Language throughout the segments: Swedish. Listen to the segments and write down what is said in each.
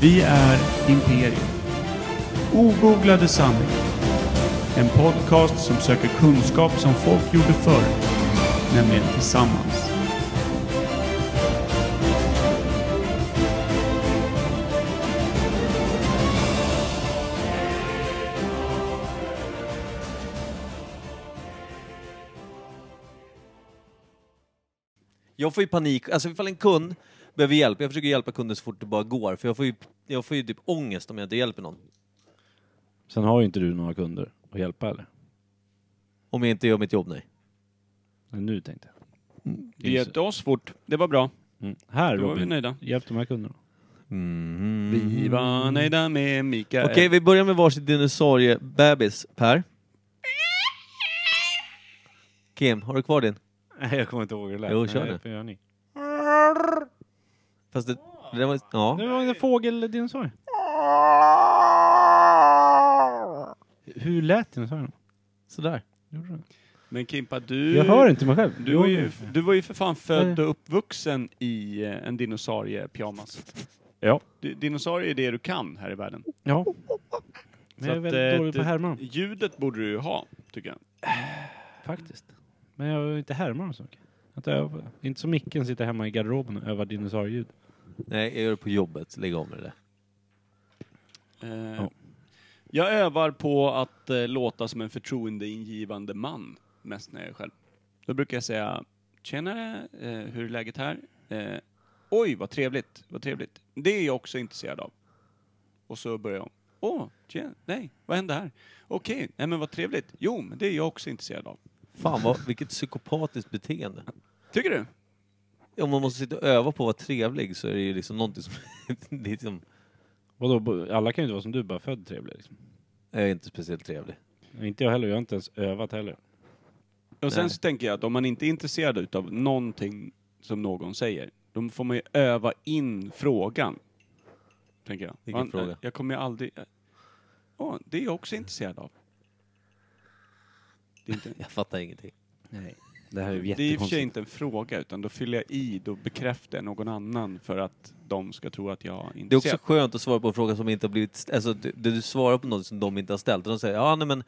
Vi är Imperium. Ogooglade sanningar. En podcast som söker kunskap som folk gjorde förr, nämligen tillsammans. Jag får ju panik, alltså ifall en kund behöver hjälp, jag försöker hjälpa kunden så fort det bara går, för jag får ju, jag får ju typ ångest om jag inte hjälper någon. Sen har ju inte du några kunder att hjälpa eller? Om jag inte gör mitt jobb, nej. Nej, nu tänkte jag. Det hjälpte oss fort. Det var bra. Mm. Här Då var vi Robin, nöjda. hjälp de här kunderna. Vi var nöjda med Mikael. Okej, vi börjar med varsin dinosauriebebis. Per? Kim, har du kvar din? Nej, jag kommer inte ihåg hur det lät. Jo, kör Nej, nu. får göra ni. Fast det, det där var, ja. Nu var det en fågeldinosaurie. Hur lät dinosaurien? Sådär. Men Kimpa, du... Jag hör inte mig själv. Du var, ju, Jo. du var ju för fan Nej. född och uppvuxen i eh, en dinosauriepyjamas. Ja. Du- Dinosaurier är det du kan här i världen. Ja. Men jag är att, väldigt eh, dålig på att det- härma dem. Ljudet borde du ju ha, tycker jag. Faktiskt. Men jag vill inte härma dem så mycket. Att jag övar på det. Inte som Micken sitter hemma i garderoben och övar dinosaurieljud. Nej, jag gör det på jobbet. Lägg av med det där. Eh, Ja. Jag övar på att eh, låta som en förtroendeingivande man, mest när jag är själv. Då brukar jag säga, tjenare, eh, hur är läget här? Eh, Oj, vad trevligt, vad trevligt. Det är jag också intresserad av. Och så börjar jag om. Åh, tjena, nej, vad hände här? Okej, nej men vad trevligt. Jo, men det är jag också intresserad av. Fan, vad, vilket psykopatiskt beteende. Tycker du? Om man måste sitta och öva på att vara trevlig så är det ju liksom någonting som... det är liksom, Vadå, bo- alla kan ju inte vara som du, bara född trevlig liksom. jag är inte speciellt trevlig. Inte jag heller, jag har inte ens övat heller. Och sen Nej. så tänker jag att om man inte är intresserad utav någonting som någon säger, då får man ju öva in frågan. Tänker jag. Vilken man, fråga? Jag kommer ju aldrig... Åh, det är jag också intresserad av. Det är, inte, Jag fattar ingenting. Nej. Det här är ju det är i och för sig jättekonstigt. inte en fråga, utan då fyller jag i, då bekräftar jag någon annan för att de ska tro att jag är Det är också intresserad. skönt att svara på en fråga som inte har blivit... st- Alltså, du, du svarar på något som de inte har ställt. Och de säger ja, nej men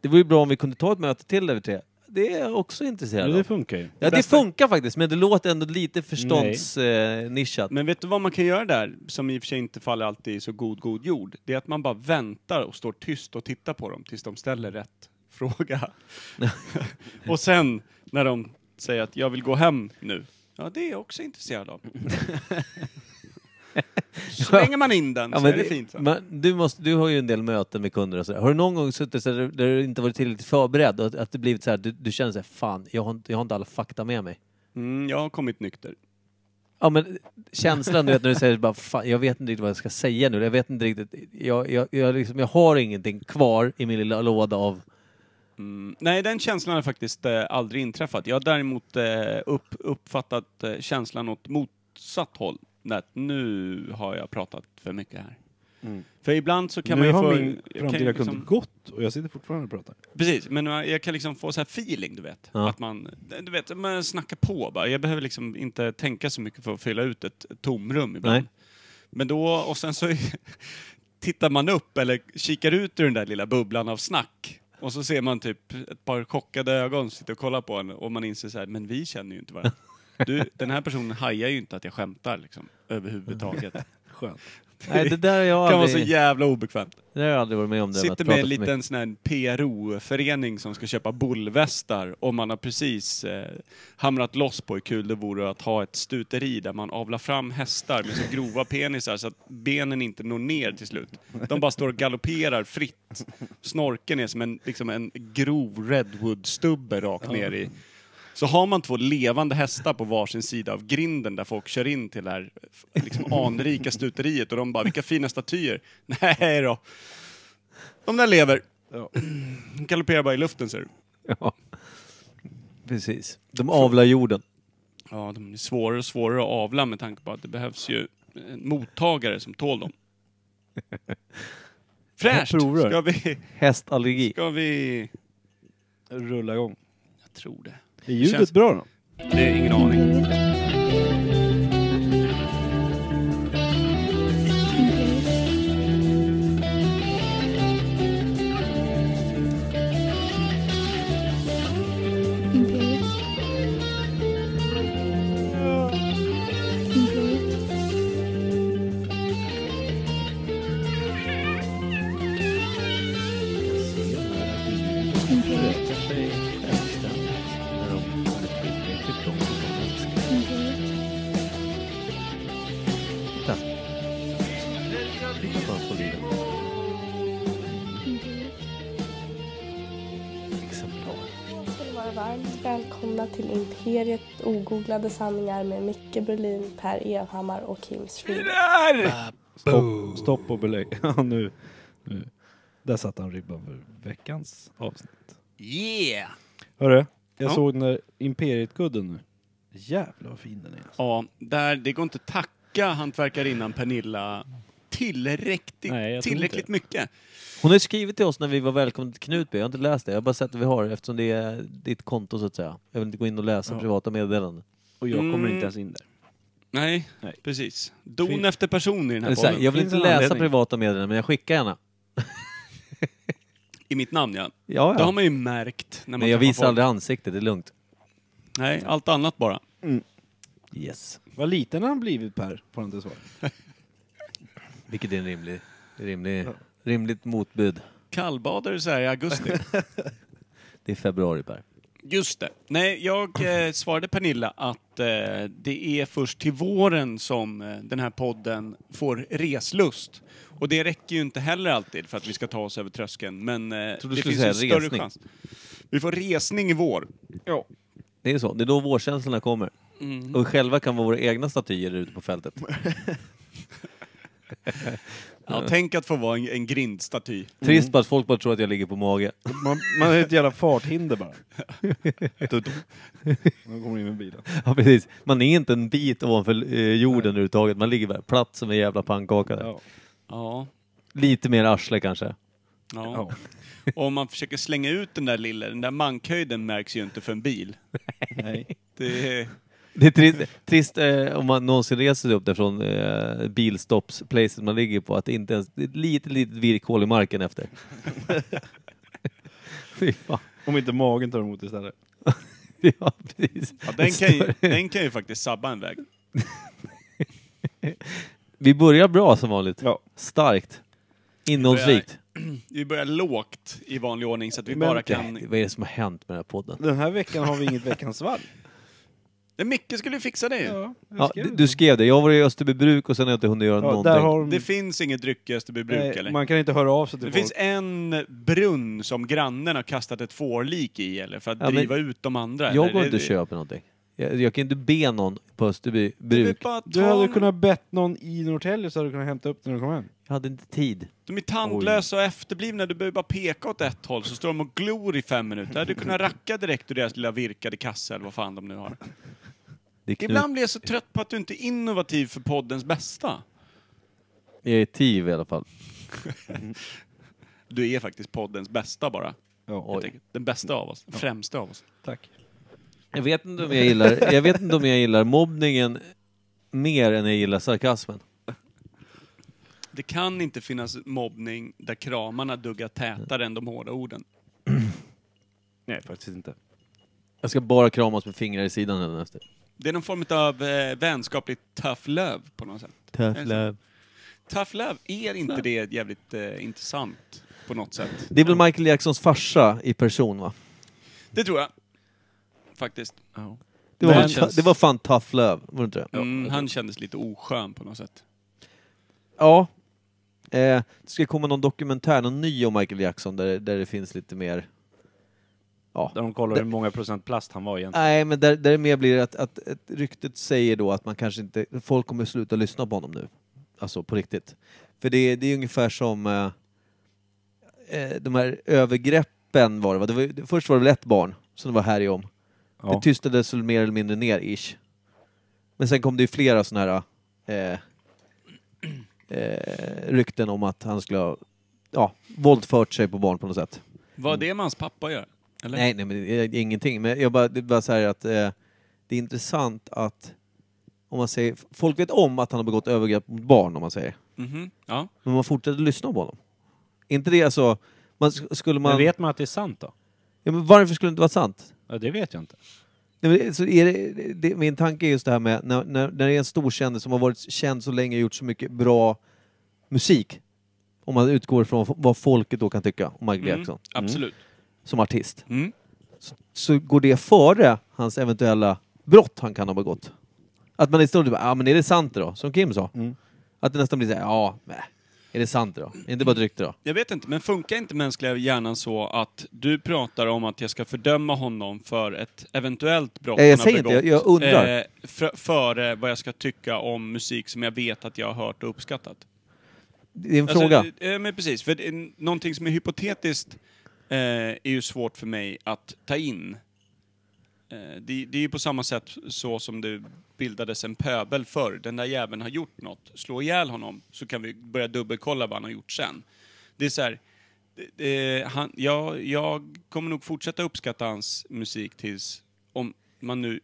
det vore ju bra om vi kunde ta ett möte till där vi tre. Det är jag också Ja, intresserad det av. funkar ju. Ja, det Bästa- funkar faktiskt, men det låter ändå lite eh, förståndsnischat. Men vet du vad man kan göra där, som i och för sig inte faller alltid i så god, god jord? Det är att man bara väntar och står tyst och tittar på dem tills de ställer rätt fråga. och sen när de säger att jag vill gå hem nu, ja det är jag också intresserad av. Slänger man in den Ja, så men är det det- fint. sen. Men du, måste, du har ju en del möten med kunder och sådär. Har du någon gång suttit så där där du inte varit tillräckligt förberedd och att, att det blivit så här, du, du känner så här, fan, jag har, inte- jag har inte alla fakta med mig. Mm, jag har kommit nykter. Ja men känslan du vet när du säger bara, fan, jag vet inte riktigt vad jag ska säga nu. Jag vet inte riktigt, jag, jag, jag, liksom, jag har ingenting kvar i min lilla låda av... Mm, nej, den känslan har faktiskt eh, aldrig inträffat. Jag har däremot eh, upp, uppfattat eh, känslan åt motsatt håll. När att nu har jag pratat för mycket här. För ibland så kan Mm. nu man ju har få... min jag kan ju framtida kund liksom, gått och jag sitter fortfarande och pratar. Precis, men jag kan liksom få så här feeling, du vet. Ja. Att man, du vet, man snackar på bara. Jag behöver liksom inte tänka så mycket för att fylla ut ett tomrum ibland. Nej. Men då, och sen så tittar man upp eller kikar ut ur den där lilla bubblan av snack. Och så ser man typ ett par chockade ögon sitta och kolla på en och man inser så här, men vi känner ju inte varandra. Du, den här personen hajar ju inte att jag skämtar liksom, överhuvudtaget. Skönt. Nej, det där har jag kan vara så aldrig, jävla obekvämt. det där har jag aldrig varit med om. det Sitter att med prata en för mycket. liten sån här PRO-förening som ska köpa bullvästar och man har precis eh, hamrat loss på hur kul det vore att ha ett stuteri där man avlar fram hästar med så grova penisar så att benen inte når ner till slut. De bara står och galopperar fritt. Snorken är som en, liksom en grov redwoodstubbe rakt ner i. Så har man två levande hästar på varsin sida av grinden där folk kör in till det här f- liksom anrika stuteriet och de bara, vilka fina statyer. Nej då. De där lever. Ja. De galopperar bara i luften ser du. Ja. Precis. De avlar jorden. Ja, de är svårare och svårare att avla med tanke på att det behövs ju en mottagare som tål dem. Fräscht! provrör. Ska vi... Hästallergi. Ska vi... Rulla igång. Jag tror det. Är ljudet Känns- bra då? Det är ingen aning. Imperial. Titta. Titta bara på liden. Exemplar. ska ni vara varmt välkomna till Imperiet ogooglade sanningar med Micke Berlin, Per Evhammar och Kim Schreeder. Stopp, stopp och belägg. Ja, nu, nu. Där satte han ribban för veckans avsnitt. Yeah! Hörru, jag Ja. såg den där Imperiet-kudden nu. Jävlar vad fin den är. alltså. Ja, där, det går inte att tacka hantverkarinnan Pernilla tillräckligt, Nej, jag tror tillräckligt inte. mycket. Hon har ju skrivit till oss när vi var välkomna till Knutby. Jag har inte läst det. Jag har bara sett det vi har eftersom det är ditt konto så att säga. Jag vill inte gå in och läsa Ja. privata meddelanden. Och jag kommer Mm. inte ens in där. Nej, Nej. precis. Don Fin- efter person i den här Eller så här, bollen. jag vill Finns inte en läsa anledning. privata meddelanden men jag skickar gärna. I mitt namn, ja. Ja, Det har man ju märkt. När man Men jag träffar visar folk. aldrig ansiktet, det är lugnt. Nej, allt annat bara. Yes. Vad liten han blivit Per, får han inte svar. Vilket är en rimlig, rimlig, rimligt motbud. Kallbadar du så här i augusti? Det är februari Per. Just det. Nej, jag eh, svarade Pernilla att eh, det är först till våren som eh, den här podden får reslust. Och det räcker ju inte heller alltid för att vi ska ta oss över tröskeln, men eh, trodde du det skulle finns en säga större resning. chans. Vi får resning i vår. Det är så, det är då vårkänslorna kommer. Och vi själva kan vara våra egna statyer ute på fältet. Ja, Tänk att få vara en, en grindstaty. Trist bara att folk bara tror att jag ligger på mage. Man, man är ett jävla farthinder bara. Tutu. Man kommer in med bilen. Ja, precis. Man är inte en bit ovanför eh, jorden överhuvudtaget, man ligger bara platt som en jävla pannkaka. där. Ja. Ja. Lite mer arsle kanske. ja. Ja. Och om man försöker slänga ut den där lilla, den där mankhöjden märks ju inte för en bil. Nej. Det är... Det är trist, trist eh, om man någonsin reser sig upp därifrån eh, bilstoppsplacet man ligger på, att det inte ens, det är ett litet, litet virkhål i marken efter. Fy fan. Om inte magen tar emot istället. Ja, precis. Ja, den, kan ju, den kan ju faktiskt sabba en väg. Vi börjar bra som vanligt. Ja. Starkt. Innehållsrikt. Vi börjar lågt i vanlig ordning så att vi Men- bara Nej, kan Vad är det som har hänt med den här podden? Den här veckan har vi inget veckans valp. Men Micke skulle ju fixa det ju. Ja, d- du skrev det. Jag var i Österbybruk och sen har jag inte hunnit göra ja, någonting. där har de, Det finns inget dryck i Österbybruk nej, eller? Man kan inte höra av sig till Det folk. finns en brunn som grannen har kastat ett fårlik i eller för att Ja, men- driva ut de andra. Jag eller? går Det- inte och det- köper någonting. Jag, jag kan inte be någon på det är väl Österbybruk. bara att Du ta hade en- kunnat bett någon i Norrtälje så hade du kunnat hämta upp den när du kom hem. Jag hade inte tid. De är tandlösa och efterblivna, du behöver bara peka åt ett håll så står de och glor i fem minuter. Du hade du kunnat racka direkt ur deras lilla virkade kassa eller vad fan de nu har. Det är knut... Ibland blir jag så trött på att du inte är innovativ för poddens bästa. Jag är tiv i alla fall. Du är faktiskt poddens bästa bara. Ja, helt enkelt. Den bästa av oss. Den främsta av oss. tack. Jag vet inte om jag gillar, jag vet inte om jag gillar mobbningen mer än jag gillar sarkasmen. Det kan inte finnas mobbning där kramarna duggar tätare än de hårda orden. Nej, faktiskt inte. Jag ska bara kramas med fingrar i sidan hädanefter. Det är någon form av eh, vänskapligt tough love på något sätt. Tough Alltså, love. Tough love, är inte det jävligt eh, intressant på något sätt? Det är väl Michael Jacksons farsa i person va? Det tror jag. Faktiskt. Det var, Men- väl ta- det var fan tough love, var det inte det? Mm, han kändes lite oskön på något sätt. Ja. Eh, det ska komma någon dokumentär, någon ny om Michael Jackson där, där det finns lite mer... Ja. Där de kollar hur många procent plast han var egentligen. Nej, men där, där det mer blir att, att, att ryktet säger då att man kanske inte... Folk kommer sluta lyssna på honom nu. Alltså på riktigt. För det, det är ungefär som eh, eh, de här övergreppen var det, va? det var, ju- Först var det väl ett barn som det var här i om. Det Ja. tystades väl mer eller mindre ner, ish. Men sen kom det ju flera sådana här eh, eh, rykten om att han skulle ha ja, våldfört sig på barn på något sätt. Vad det med hans pappa gör? Eller? Nej, nej men det är ingenting. Men jag bara, det är bara så här att eh, det är intressant att om man säger, folk vet om att han har begått övergrepp mot barn om man säger. Mhm, Ja. Men man fortsätter lyssna på honom. Inte det alltså, man, sk- skulle man... Men vet man att det är sant då? ja, men varför skulle det inte vara sant? Ja, det vet jag inte. Nej, men det- så är det, det, min tanke är just det här med när, när, när det är en stor kändis som har varit känd så länge och gjort så mycket bra musik. Om man utgår från f- vad folket då kan tycka om Michael Mm, Jackson Absolut. som artist. Mm. Så går det före hans eventuella brott han kan ha begått. Att man istället bara, ja ah, men är det sant då? Som Kim sa. Att det nästan blir så här, ja, nej. Är det sant då? Är det bara ett rykte då? Jag vet inte, men funkar inte mänskliga hjärnan så att du pratar om att jag ska fördöma honom för ett eventuellt brott Nej, jag han har säger Eh, inte, begått? jag- jag undrar. Eh, fr- före vad jag ska tycka om musik som jag vet att jag har hört och uppskattat? Det är en fråga. Alltså, eh, men precis, för det är någonting som är hypotetiskt eh, är ju svårt för mig att ta in. Eh, det, det är ju på samma sätt så som det bildades en pöbel förr. Den där jäveln har gjort något, slå ihjäl honom så kan vi börja dubbelkolla vad han har gjort sen. Det är så här, det- eh, han, jag, jag kommer nog fortsätta uppskatta hans musik tills, om, man nu,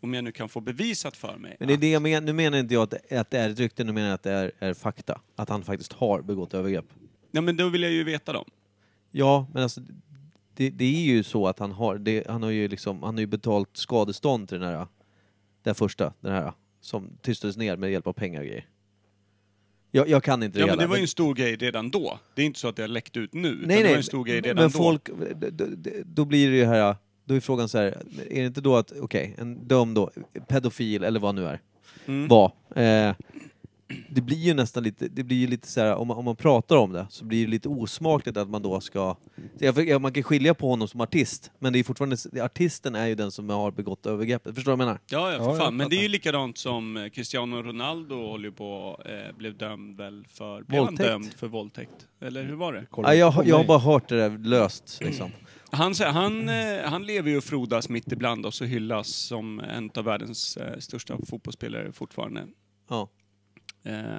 om jag nu kan få bevisat för mig Men det är det jag menar. Nu menar inte jag att det, att det är ett rykte, nu menar jag att det är, är fakta. Att han faktiskt har begått övergrepp. Ja, men då vill jag ju veta dem. Ja, men alltså det, det är ju så att han har, det, han har ju liksom, han har ju betalt skadestånd till den här, den första, den här, som tystades ner med hjälp av pengar och grejer. Jag, jag kan inte Ja, det men hela, det var ju en stor grej redan då. Det är inte så att det har läckt ut nu. utan nej, det var nej, ju en stor grej men- redan men då. folk, då, då, då blir det ju här, då är frågan så här, är det inte då att, okej, en dömd då, pedofil eller vad nu är, Mm. var. Eh, det blir ju nästan lite, det blir ju lite så här, om man, om man pratar om det så blir det lite osmakligt att man då ska... Så jag- jag- Man kan skilja på honom som artist, men det är fortfarande, det- artisten är ju den som har begått övergreppet. Förstår du vad jag menar? Ja, ja, för Ja, jag fan. Men det är ju fattar. likadant som eh, Cristiano Ronaldo håller ju på, eh, blev dömd väl för... Blev Våldtäkt. han dömd för våldtäkt? Eller hur var det? Nej, jag, har- jag har bara hört det där löst liksom. Han, sä- han, eh, han lever ju och frodas mitt ibland oss och hyllas som en av världens eh, största fotbollsspelare fortfarande. Ja. Eh,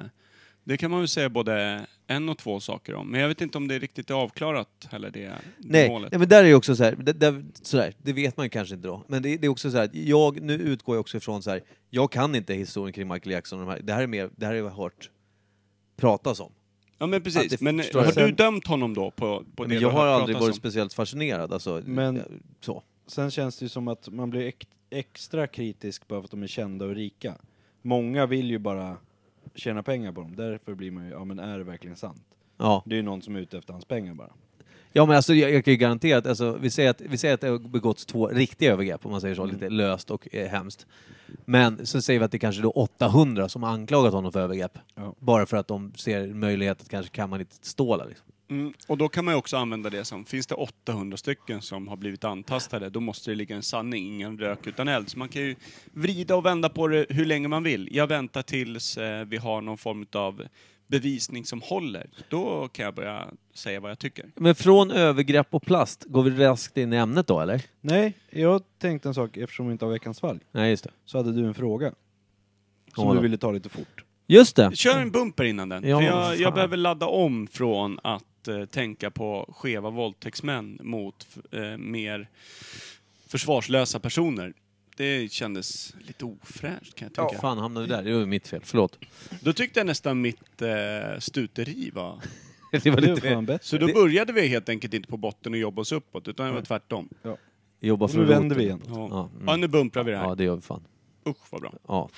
det kan man väl säga både en och två saker om. Men jag vet inte om det är riktigt avklarat heller, det, det Nej, målet. nej, men där är det också så här, det- där, så där, det vet man ju kanske inte då. Men det, det är också så här, att jag, nu utgår jag också ifrån så här, jag kan inte historien kring Michael Jackson och de här, det här är mer, det här har jag hört pratas om. Ja, men Att precis. det- men eh, förstår har jag. du dömt honom då på, på Men det du jag har hört aldrig pratas varit om? speciellt fascinerad alltså. Men- eh, så. Sen känns det ju som att man blir ek- extra kritisk bara för att de är kända och rika. Många vill ju bara tjäna pengar på dem, därför blir man ju, ja men är det verkligen sant? Ja. Det är ju någon som är ute efter hans pengar bara. ja, men alltså jag, jag kan ju garantera att, alltså, vi, säger att vi säger att det har begåtts två riktiga övergrepp, om man säger så, lite löst och eh, hemskt. Men så säger vi att det kanske då är 800 som har anklagat honom för övergrepp. Ja. Bara för att de ser möjlighet att kanske kamma lite stålar. Liksom. Mm, och då kan man ju också använda det som, finns det 800 stycken som har blivit antastade, då måste det ligga en sanning, ingen rök utan eld. Så man kan ju vrida och vända på det hur länge man vill. Jag väntar tills eh, vi har någon form av bevisning som håller. Då kan jag börja säga vad jag tycker. Men från övergrepp och plast, går vi raskt in i ämnet då eller? Nej, jag tänkte en sak, eftersom vi inte har veckans fall, Nej, just det. så hade du en fråga. Som Ja, du då. ville ta lite fort. Just det! Kör en bumper innan den. Ja, för jag, fan. jag behöver ladda om från att eh, tänka på skeva våldtäktsmän mot f- eh, mer försvarslösa personer. Det kändes lite ofräscht kan jag tycka. Fan hamnade vi där? Det var ju mitt fel, förlåt. Då tyckte jag nästan mitt eh, stuteri var... Det var Det lite var fan fel. bättre. Så då Det- började vi helt enkelt inte på botten och jobba oss uppåt, utan det var tvärtom. Jobba Nu från vänder roten. vi igen. Ja. Ja, mm. ja, nu bumprar vi det här. ja, det gör vi fan. Usch vad bra. Ja.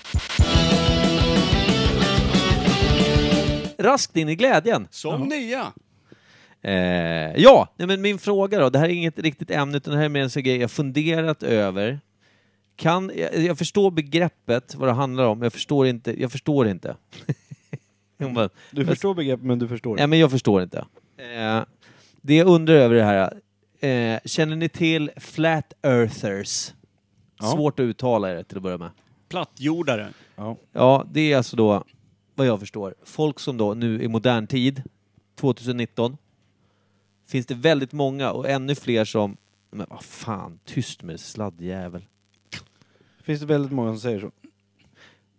Raskt in i glädjen. Som nya! Eh, ja, nej, men min fråga då. Det här är inget riktigt ämne utan det här är mer en sån grej jag funderat över. Kan, jag, jag förstår begreppet, vad det handlar om, men jag förstår inte. Jag förstår inte. Jag bara, Du förstår begreppet men du förstår Nej, inte. men jag förstår inte. Eh, det jag undrar över det här, eh, känner ni till flat earthers? Ja. Svårt att uttala är det till att börja med. Plattjordare. Ja. Ja, det är alltså då, vad jag förstår, folk som då nu i modern tid, 2019, finns det väldigt många och ännu fler som, men vad fan, tyst med dig, sladdjävel. Finns det väldigt många som säger så?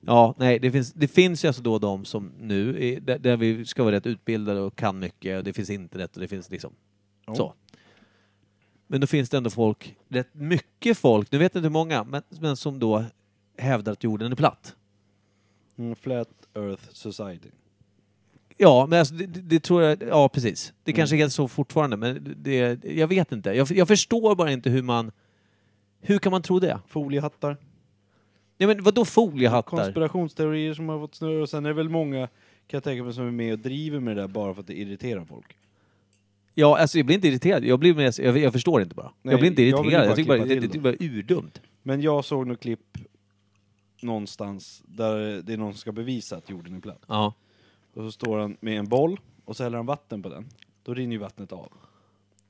Ja, nej, det finns, det finns ju alltså då de som nu, är, där, där vi ska vara rätt utbildade och kan mycket, och det finns internet och det finns liksom Ja. så. Men då finns det ändå folk, rätt mycket folk, nu vet jag inte hur många, men, men som då hävdar att jorden är platt. Mm, Flat Earth Society. Ja, men alltså, det, det det tror jag, ja precis. Det kanske är så fortfarande, men det, jag vet inte. Jag, jag förstår bara inte hur man, hur kan man tro det? Foliehattar. Nej men vadå foliehattar? Konspirationsteorier som har fått snurra och sen är det väl många kan jag tänka mig som är med och driver med det där bara för att det irriterar folk. Ja, alltså jag blir inte irriterad. Jag blir mer, jag, jag förstår inte bara. Nej, jag blir inte jag vill ju irriterad. Jag, bara tycker bara, klippa det, till det, det är bara urdumt. Men jag såg något klipp någonstans där det är någon som ska bevisa att jorden är platt. Ja. Och så står han med en boll och så häller han vatten på den. Då rinner ju vattnet av.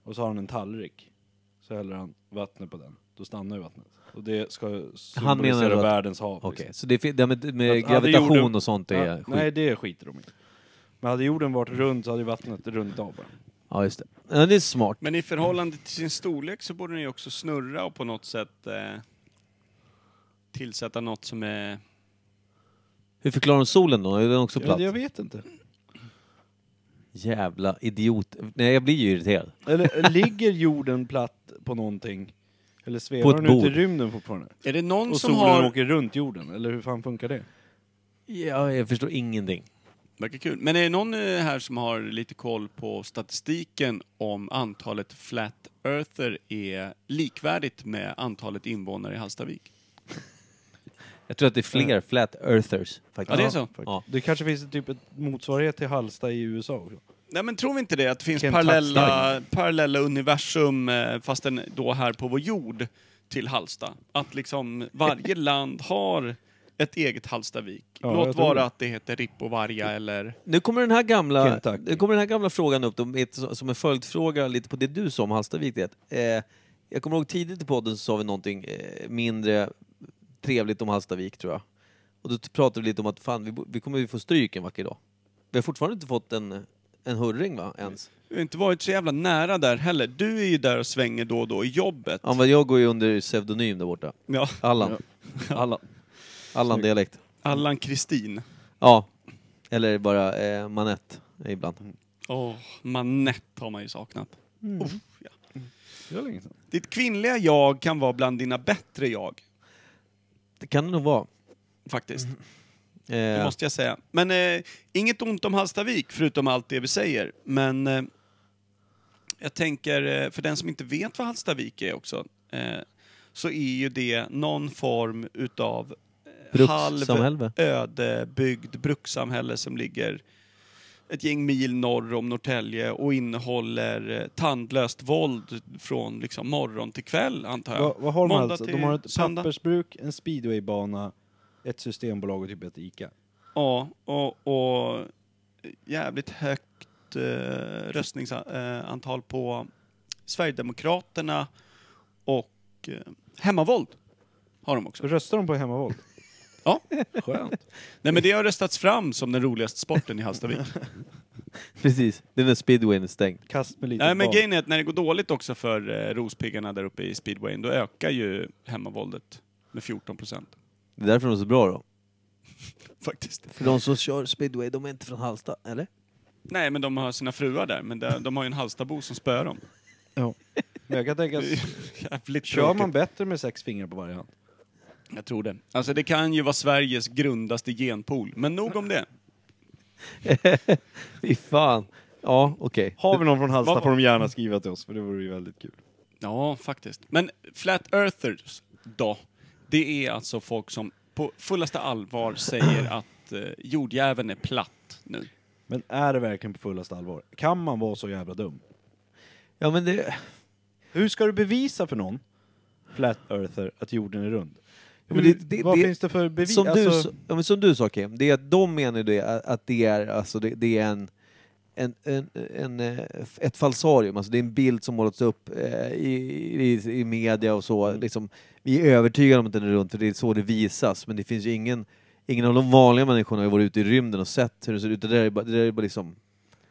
Och så har han en tallrik. Så häller han vattnet på den. Då stannar ju vattnet. Och det ska menar då symbolisera att- världens hav. Okej, liksom. så det, fin- det här med, med Att hade gravitation jorden- och sånt är Ja, skit? nej, det skiter de i. Men hade jorden varit rund så hade ju vattnet runnit av bara. Ja, just det. Ja, det är smart. Men i förhållande till sin storlek så borde den ju också snurra och på något sätt eh, tillsätta något som är... Hur förklarar de solen då? Är den också platt? Ja, jag vet inte. Jävla idiot. Nej, jag blir ju irriterad. Eller ligger jorden platt på någonting? Eller På svävar ett den ut i bord. rymden fortfarande? Är det någon Och som solen har... åker runt jorden, eller hur fan funkar det? Ja, jag förstår ingenting. Verkar kul. Men är det någon eh, här som har lite koll på statistiken om antalet flat earther är likvärdigt med antalet invånare i Hallstavik? Jag tror att det är fler flat earthers. Faktiskt. Ja, det är så. Ja. Det kanske finns typ ett motsvarighet till Halsta i USA också. Nej men tror vi inte det? Att det finns Vilken parallella, parallella universum, eh, fastän då här på vår jord, till Halsta. Att liksom varje land har ett eget Halstavik. Ja, jag Låt tror vara det. att det heter Rippovarja eller... Nu kommer den här gamla, Kentucky. nu kommer den här gamla frågan upp då, med- som en följdfråga lite på det du sa om Hallstavik. Det. Eh, jag kommer ihåg tidigt i podden så sa vi någonting eh, mindre trevligt om Hallstavik tror jag. Och då pratade vi lite om att fan, vi, bo- vi kommer ju få stryk en vacker dag. Vi har fortfarande inte fått en, en hurring va, ens. Du har inte varit så jävla nära där heller. Du är ju där och svänger då och då i jobbet. Ja, men jag går ju under pseudonym där borta. Ja. Allan. Alla. Allan-dialekt. Allan Kristin. Ja. Eller bara eh, manett ibland. Åh, Manette har man ju saknat. Mm. Oh, ja. Det var länge sedan. Ditt kvinnliga jag kan vara bland dina bättre jag, Det kan det nog vara. faktiskt. Det Eh, måste jag säga. Men eh, inget ont om Hallstavik, förutom allt det vi säger. Men eh, jag tänker, eh, för den som inte vet vad Hallstavik är också, eh, så är ju det någon form utav eh, halv Brukssamhälle. ödebygd brukssamhälle som ligger ett gäng mil norr om Norrtälje och innehåller eh, tandlöst våld från liksom morgon till kväll, antar jag. Vad, vad har de Måndag alltså? De till har ett söndag. pappersbruk, en speedwaybana, ett systembolag och typ ett ICA. Ja, och, och jävligt högt eh, röstningsantal på Sverigedemokraterna och eh, Hemmavåld har de också. Röstar de på hemmavåld? Ja. Skönt. Nej men det har röstats fram som den roligaste sporten i Hallstavik. Precis. Det är när speedwayn är stängd. Kast med lite Nej men grejen är att när det går dåligt också för eh, Rospiggarna där uppe i speedwayen, då ökar ju hemmavåldet med 14 procent. Det är därför de är så bra då. Faktiskt. För de som kör speedway, de är inte från Halsta, eller? Nej men de har sina fruar där, men de, de har ju en Hallstabo som spöar dem. Men jag kan tänka, att- Jävligt kör tråkigt. man bättre med sex fingrar på varje hand? Jag tror det. Alltså det kan ju vara Sveriges grundaste genpool, men nog om det. Fy fan. Ja, okej. Har vi någon från Halsta Vad- får de gärna skriva till oss, för det vore ju väldigt kul. Ja, faktiskt. Men Flat Earthers då? Det är alltså folk som på fullaste allvar säger att eh, jordjäveln är platt nu. Men är det verkligen på fullaste allvar? Kan man vara så jävla dum? Ja, men det... Hur ska du bevisa för någon, flat earther, att jorden är rund? Ja, Hur, men det- det- vad det- finns det för bevis? Som, du, Alltså, sa- ja, men som du sa Kim, det är att de menar det, är att det är, alltså, det, det är en, en, en, en, eh, ett falsarium, alltså det är en bild som målats upp eh, i, i, i media och så. Liksom, vi är övertygade om att den är runt, för det är så det visas, men det finns ju ingen Ingen av de vanliga människorna har ju varit ute i rymden och sett hur det ser ut. Det där är bara, det där är bara liksom...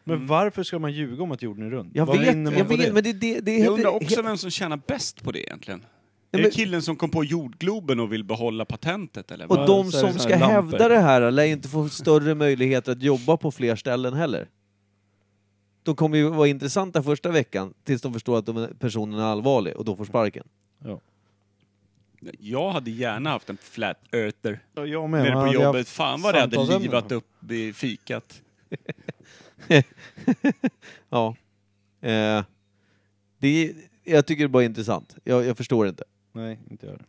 Men varför ska man ljuga om att jorden är rund? Jag Vad vet, vinner man jag på vet, det? men det, det, det är... Jag undrar he- också vem som tjänar bäst på det egentligen. men- Är det killen som kom på jordgloben och vill behålla patentet eller? Och vad? de så är det som såna ska här lampor. hävda det här lär ju inte få större möjligheter att jobba på fler ställen heller. De kommer ju vara intressanta första veckan tills de förstår att de, personen är allvarlig och då får sparken. Jag hade gärna haft en Flat Earther Ja, Jag nere med, man på hade haft jobbet. Fan vad det hade samtalsämnen. livat upp i fikat. Ja. Eh, det är, jag tycker det bara är intressant. Jag, jag förstår inte. Nej, inte jag.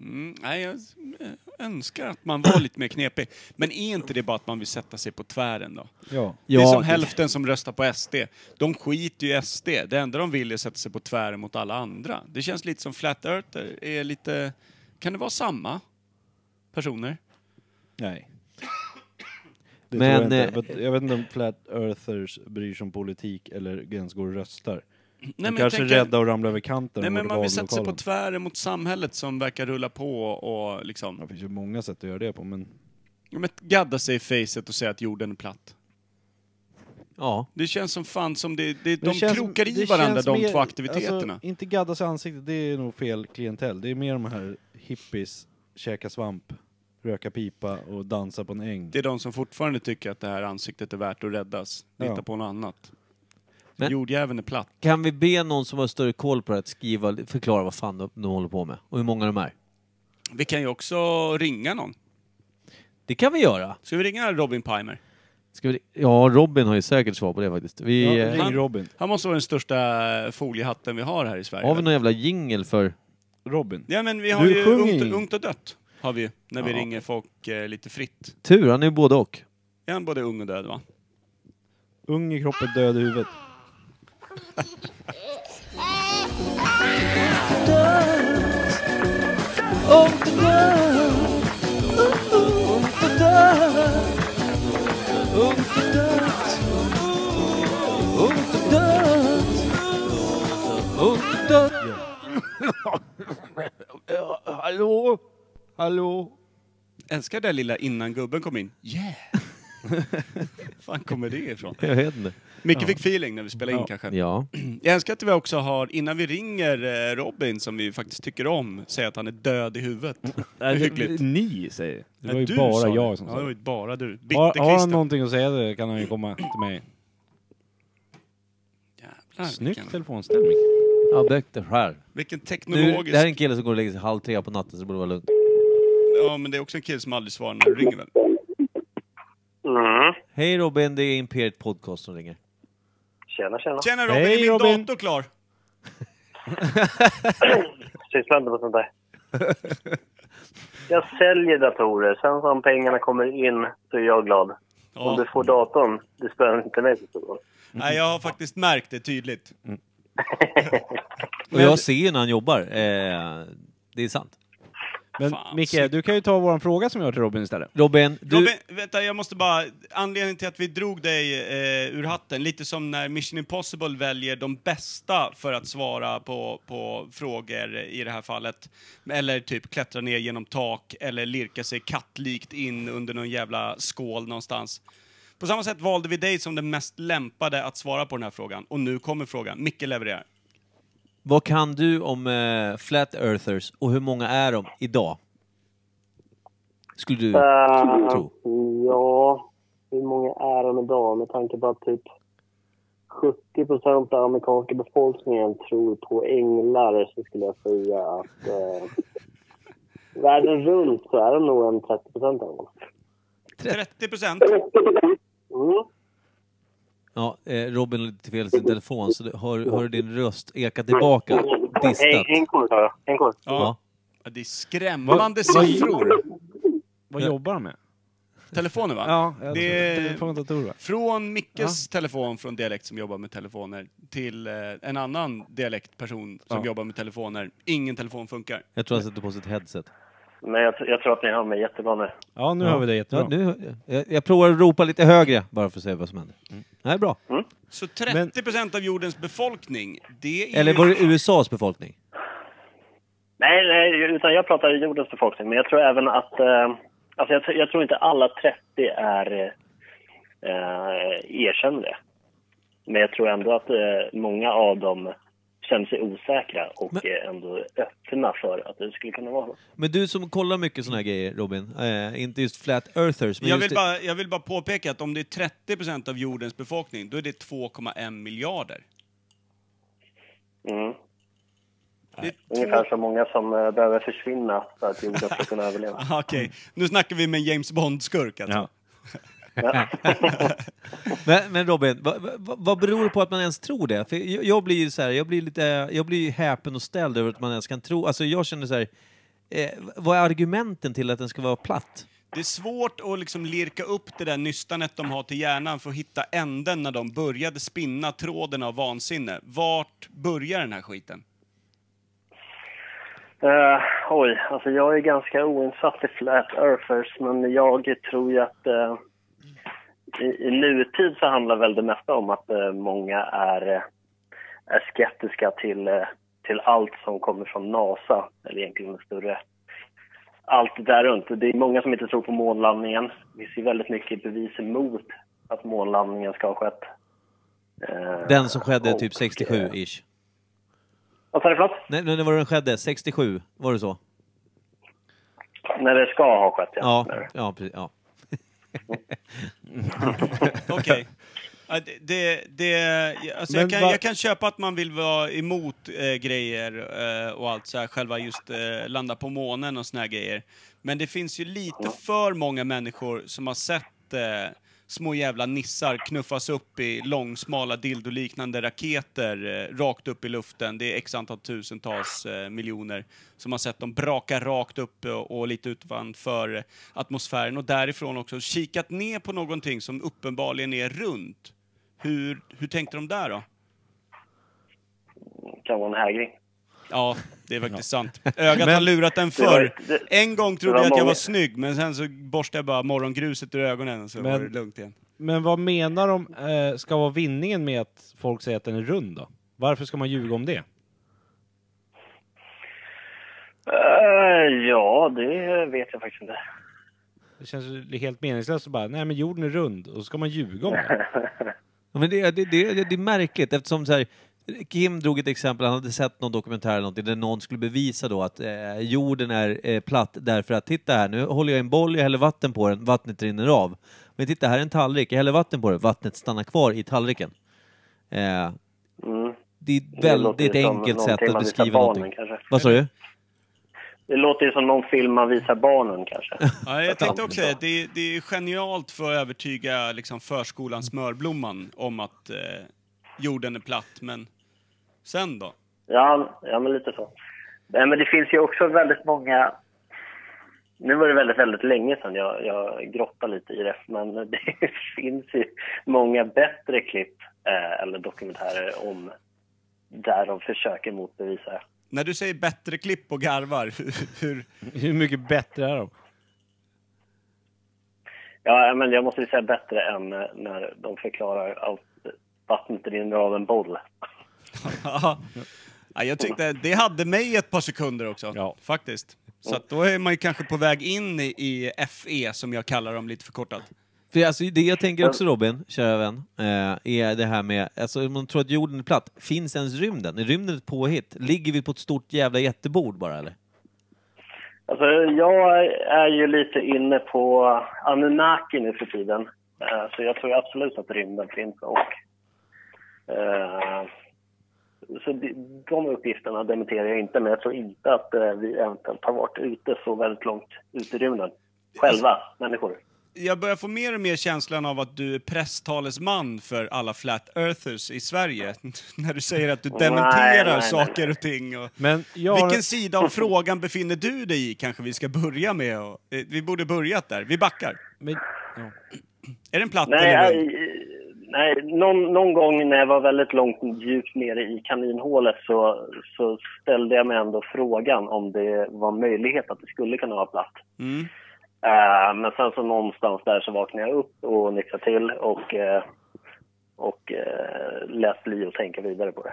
Mm, nej, jag eh, önskar att man var lite mer knepig. Men är inte det bara att man vill sätta sig på tvären då? Ja. det är Ja, som det- hälften som röstar på SD. De skiter ju i SD. Det enda de vill är sätta sig på tvären mot alla andra. Det känns lite som Flat Earther är lite... Kan det vara samma personer? Nej. Det Men, tror jag, eh, inte. För att jag vet inte om flat earthers bryr sig om politik eller ens går och röstar. Nej, de men kanske jag är tänker- rädda att ramla över kanten Nej, och men går man vill sätta sig på vallokalen. tvären mot samhället som verkar rulla på och liksom... Det finns ju många sätt att göra det på, men Ja, men gadda sig i facet och säga att jorden är platt. Ja. Det känns som fan som det, det, Men de det känns- krokar i det varandra känns de mer- två aktiviteterna. Alltså, inte gadda sig i ansiktet, det är nog fel klientell. Det är mer de här hippies, käka svamp, röka pipa och dansa på en äng. det är de som fortfarande tycker att det här ansiktet är värt att räddas. Hitta Ja. på något annat. Men- Jordjäveln är platt. Kan vi be någon som har större koll på det att skriva, förklara vad fan de, de håller på med och hur många de är? Vi kan ju också ringa någon. Det kan vi göra. Ska vi ringa Robin Pimer? Ska vi, ja, Robin har ju säkert svar på det faktiskt. Ja, Vi, eh, ring Robin. Han måste vara den största foliehatten vi har här i Sverige. har vi någon jävla jingel för... Robin. Ja men vi har Du ju sjunger ungt, ingen. ungt och dött. Har vi ju, när vi Ja. ringer folk eh, lite fritt. Tur, han är ju både och. Är han både ung och död va? Ung i kroppen, död i huvudet. Hallå? Hallå? Älskar det lilla innan gubben kom in. Yeah! fan kommer det ifrån? Jag vet inte. Micke fick feeling när vi spelade in kanske. Ja. Jag älskar att vi också har, innan vi ringer eh, Robin, som vi faktiskt tycker om, säger att han är död i huvudet. Nej, Mm. det- Hyggligt. Ni säger. Det var Nej, ju du sa bara det. jag som ja, det. var sa ju det. bara du. Har, har han Bitterkristen. någonting att säga det kan han ju komma till mig. Jävlar, Snyggt vilken, telefonställning. Ja, böcker här. vilken Nu, teknologisk... det här är en kille som går och lägger sig halv tre på natten så det borde vara lugnt. Ja, men det är också en kille som aldrig svarar när du ringer väl? Mm. Hej Robin, det är Imperiet Podcast som ringer. Tjena, tjena. Tjena Robin, Hej, är min Robin. dator klar? Sysslar inte med sånt där. Jag säljer datorer. Sen som pengarna kommer in så är jag glad. Om Ja. du får datorn, det spelar inte mig så stor roll. Nej, jag har faktiskt märkt det tydligt. Och jag ser ju när han jobbar. Eh, det är sant. Men Fan, Micke, snyggt. du kan ju ta våran fråga som jag har till Robin istället. Robin, du... Robin, vänta, jag måste bara... Anledningen till att vi drog dig eh, ur hatten, lite som när Mission Impossible väljer de bästa för att svara på, på frågor i det här fallet. Eller typ klättra ner genom tak, eller lirka sig kattlikt in under någon jävla skål någonstans. På samma sätt valde vi dig som den mest lämpade att svara på den här frågan. Och nu kommer frågan. Micke levererar. Vad kan du om eh, Flat Earthers och hur många är de idag? Skulle du Eh, tro. ja, hur många är de idag med tanke på att typ 70 procent av amerikanska befolkningen tror på änglar så skulle jag säga att eh, världen runt så är de nog en 30 procent av dem. 30 procent. Mm. Ja, eh, Robin har lite fel i sin telefon, så det- hör, hör du din röst eka tillbaka? Distat. En, en kort har jag. En kort. Ja. Ja. Det är skrämmande siffror. Vad jobbar han med? Telefoner va? det är... telefondatorer. Från Mickes telefon från Dialekt som jobbar med telefoner till eh, en annan dialektperson som Ja. jobbar med telefoner. Ingen telefon funkar. Jag tror han sätter på sitt headset. Men jag, jag tror att ni hör mig jättebra nu. Ja, nu har vi det jättebra. Ja, nu, jag, jag provar att ropa lite högre bara för att se vad som händer. Mm. Det här är bra. Så 30% av jordens befolkning, det är Eller ju- var det USAs befolkning? Nej, nej, utan jag pratar jordens befolkning. Men jag tror även att... Eh, alltså jag, tr- jag tror inte alla 30 är eh, erkänner det. Men jag tror ändå att eh, många av dem känner sig osäkra och Men- är ändå öppna för att det skulle kunna vara så. Men du som kollar mycket såna här grejer, Robin. Eh, inte just Flat Earthers, men jag, just vill bara, jag vill bara påpeka att om det är 30% av jordens befolkning, då är det 2,1 miljarder. Mm. Det är Ungefär så många som eh, behöver försvinna för att jorden ska kunna överleva. Aha, Okej, nu snackar vi med en James Bond-skurk alltså. Ja. Men, men Robin, vad, vad, vad beror det på att man ens tror det? För jag, jag blir ju så här, jag blir lite, jag blir ju häpen och ställd över att man ens kan tro, alltså jag känner så här, eh, vad är argumenten till att den ska vara platt? Det är svårt att liksom lirka upp det där nystanet de har till hjärnan för att hitta änden när de började spinna tråden av vansinne. Vart börjar den här skiten? Eh, oj, alltså jag är ganska oinsatt i flat earthers men jag tror ju att eh, i, i nutid så handlar väl det mesta om att eh, många är, eh, är skeptiska till, eh, till allt som kommer från NASA, eller egentligen en större allt det där runt. Det är många som inte tror på månlandningen. Vi ser väldigt mycket bevis emot att månlandningen ska ha skett. Eh, Den som skedde och, typ eh, 67-ish. Vad sa du för något? Nej, nej, när var det den skedde? 67? Var det så? När det ska ha skett, ja. Ja, När- ja precis. Ja. Okej. Ja, det- det, det, alltså Men jag, kan, va- jag kan köpa att man vill vara emot eh, grejer eh, och allt så här, själva just eh, landa på månen och såna här grejer. Men det finns ju lite för många människor som har sett eh, små jävla nissar knuffas upp i långsmala dildoliknande raketer eh, rakt upp i luften. Det är x antal tusentals eh, miljoner som har sett dem braka rakt upp eh, och lite utanför atmosfären och därifrån också kikat ner på någonting som uppenbarligen är runt. Hur, hur tänkte de där då? kan vara en hägring. Ja, det är faktiskt sant. Ögat har lurat den Det var- förr. det- En gång trodde det var jag att jag var många- snygg, men sen så borstade jag bara morgongruset ur ögonen och så Men- var det lugnt igen. Men vad menar de eh, ska vara vinningen med att folk säger att den är rund då? Varför ska man ljuga om det? Eh, ja, det vet jag faktiskt inte. Det känns ju helt meningslöst att bara, nej men jorden är rund och så ska man ljuga om det. Ja, Men det, det, det, det är märkligt eftersom så här, Kim drog ett exempel, han hade sett någon dokumentär eller någonting där någon skulle bevisa då att eh, jorden är eh, platt därför att titta här, nu håller jag i en boll, jag häller vatten på den, vattnet rinner av. Men titta här är en tallrik, jag häller vatten på den, vattnet stannar kvar i tallriken. Eh, Mm. det är ett Det låter ju väldigt som enkelt någonting sätt att man visar beskriva barnen, någonting. kanske. Vad sa du? Det låter ju som någon film man visar barnen kanske. Ja, jag tänkte också det. Det är, det är genialt för att övertyga liksom, förskolans smörblomman om att eh, jorden är platt, men sen då? Ja, ja men lite så. Nej, men det finns ju också väldigt många... Nu var det väldigt, väldigt länge sedan jag, jag grottade lite i det, men det finns ju många bättre klipp eh, eller dokumentärer om där de försöker motbevisa. När du säger bättre klipp och garvar, hur, hur, Hur mycket bättre är de? Ja, men jag måste ju säga bättre än eh, när de förklarar att vattnet rinner av en boll. Ja. Ja, jag tyckte det hade mig ett par sekunder också, Ja. faktiskt. Så att då är man ju kanske på väg in i, i FE, som jag kallar dem lite förkortat. För alltså, det jag tänker också Robin, kära vän, eh, är det här med, alltså om man tror att jorden är platt, finns ens rymden? Är rymden ett påhitt? Ligger vi på ett stort jävla jättebord bara eller? Alltså, jag är ju lite inne på Anunnaki nu för tiden. Eh, Så jag tror absolut att rymden finns. Och, eh, så de- de uppgifterna dementerar jag inte, men jag tror inte att eh, vi eventuellt har varit ute så väldigt långt ut i rymden. Själva, människor. Jag börjar få mer och mer känslan av att du är presstalesman för alla flat-earthers i Sverige. När du säger att du dementerar nej, nej. saker och ting. Och... Men jag har, Vilken sida av frågan befinner du dig i, kanske vi ska börja med? Och... eh, Vi borde börjat där. Vi backar. men, Är den platt Nej, eller jag, rund? nej någon, någon gång när jag var väldigt långt djupt nere i kaninhålet så, så ställde jag mig ändå frågan om det var möjlighet att det skulle kunna vara platt. Mm. Eh, men sen så någonstans där så vaknade jag upp och nyktrade till och, eh, och eh, lät bli och tänka vidare på det.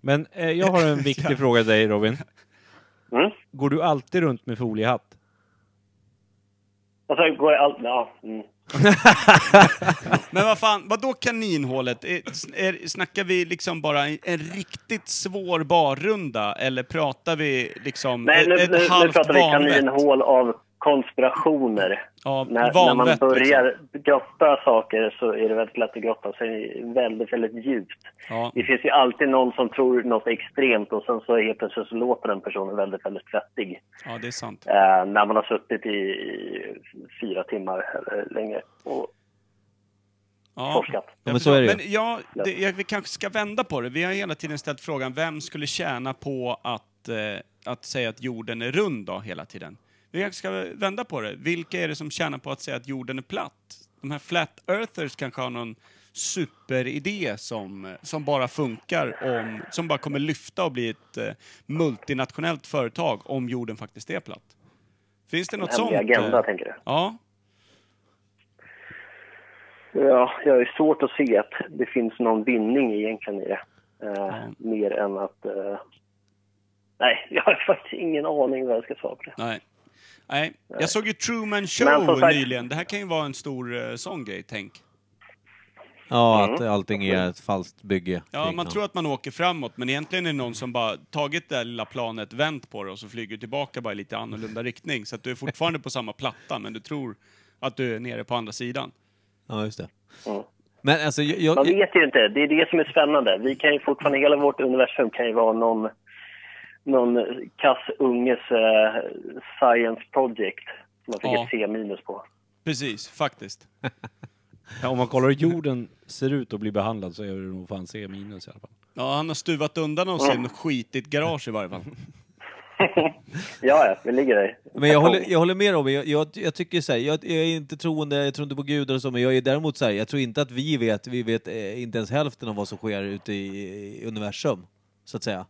men eh, jag har en viktig fråga till dig Robin. Mm? Går du alltid runt med foliehatt? Och så går jag allt... Ja, mm. Men vad fan, vad då kaninhålet? Är, är, snackar vi liksom bara en, en riktigt svår barrunda eller pratar vi liksom Nej, nu, ett, ett nu, nu halvt pratar vi vanvett? kaninhål av konspirationer. Ja, När, när man vanvett, börjar liksom. grotta saker så är det väldigt lätt att grotta sig väldigt, väldigt djupt. Ja. Det finns ju alltid någon som tror något extremt och sen så helt plötsligt så låter den personen väldigt, väldigt vettig. ja, det är sant. eh, när man har suttit i, i fyra timmar eller längre och Ja. forskat. Ja, Jag men förstår. så är det ju. Men ja, det, jag, vi kanske ska vända på det. Vi har hela tiden ställt frågan, vem skulle tjäna på att, eh, att säga att jorden är rund då, hela tiden? Vi kanske ska vända på det. Vilka är det som tjänar på att säga att jorden är platt? De här flat-earthers kanske har någon superidé som, som bara funkar, om, som bara kommer lyfta och bli ett eh, multinationellt företag om jorden faktiskt är platt. Finns det något sånt? Hemlig agenda, eh, tänker du? Ja. Ja, jag har ju svårt att se att det finns någon vinning egentligen i det. Eh, Mer än att... Eh, nej, jag har faktiskt ingen aning vad jag ska svara på det. Nej. Nej. Jag såg ju Truman Men som Show sagt- nyligen. Det här kan ju vara en stor eh, sån grej, tänk. Ja, att allting är ett falskt bygge. Mm. Ja, kring man någon. tror att man åker framåt, men egentligen är det någon som bara tagit det där lilla planet, vänt på det och så flyger du tillbaka bara i lite annorlunda riktning. Så att du är fortfarande på samma platta, men du tror att du är nere på andra sidan. Ja, just det. Mm. Men alltså, jag, Man jag, vet ju inte. Det är det som är spännande. Vi kan ju fortfarande, hela vårt universum kan ju vara någon, någon kass unges eh, science project som man fick Ja. ett C-minus på. Precis, faktiskt. Ja, om man kollar hur jorden ser ut och blir behandlad så är det nog fan C minus i alla fall. Ja, han har stuvat undan av sin skitigt garage i varje fall. Ja, ja, vi ligger där. men jag, håller, jag håller med Robin. Jag, jag, jag tycker så här, jag, jag är inte troende, jag tror inte på gudar och så, men jag är däremot så här, jag tror inte att vi vet, vi vet eh, inte ens hälften av vad som sker ute i, i universum, så att säga.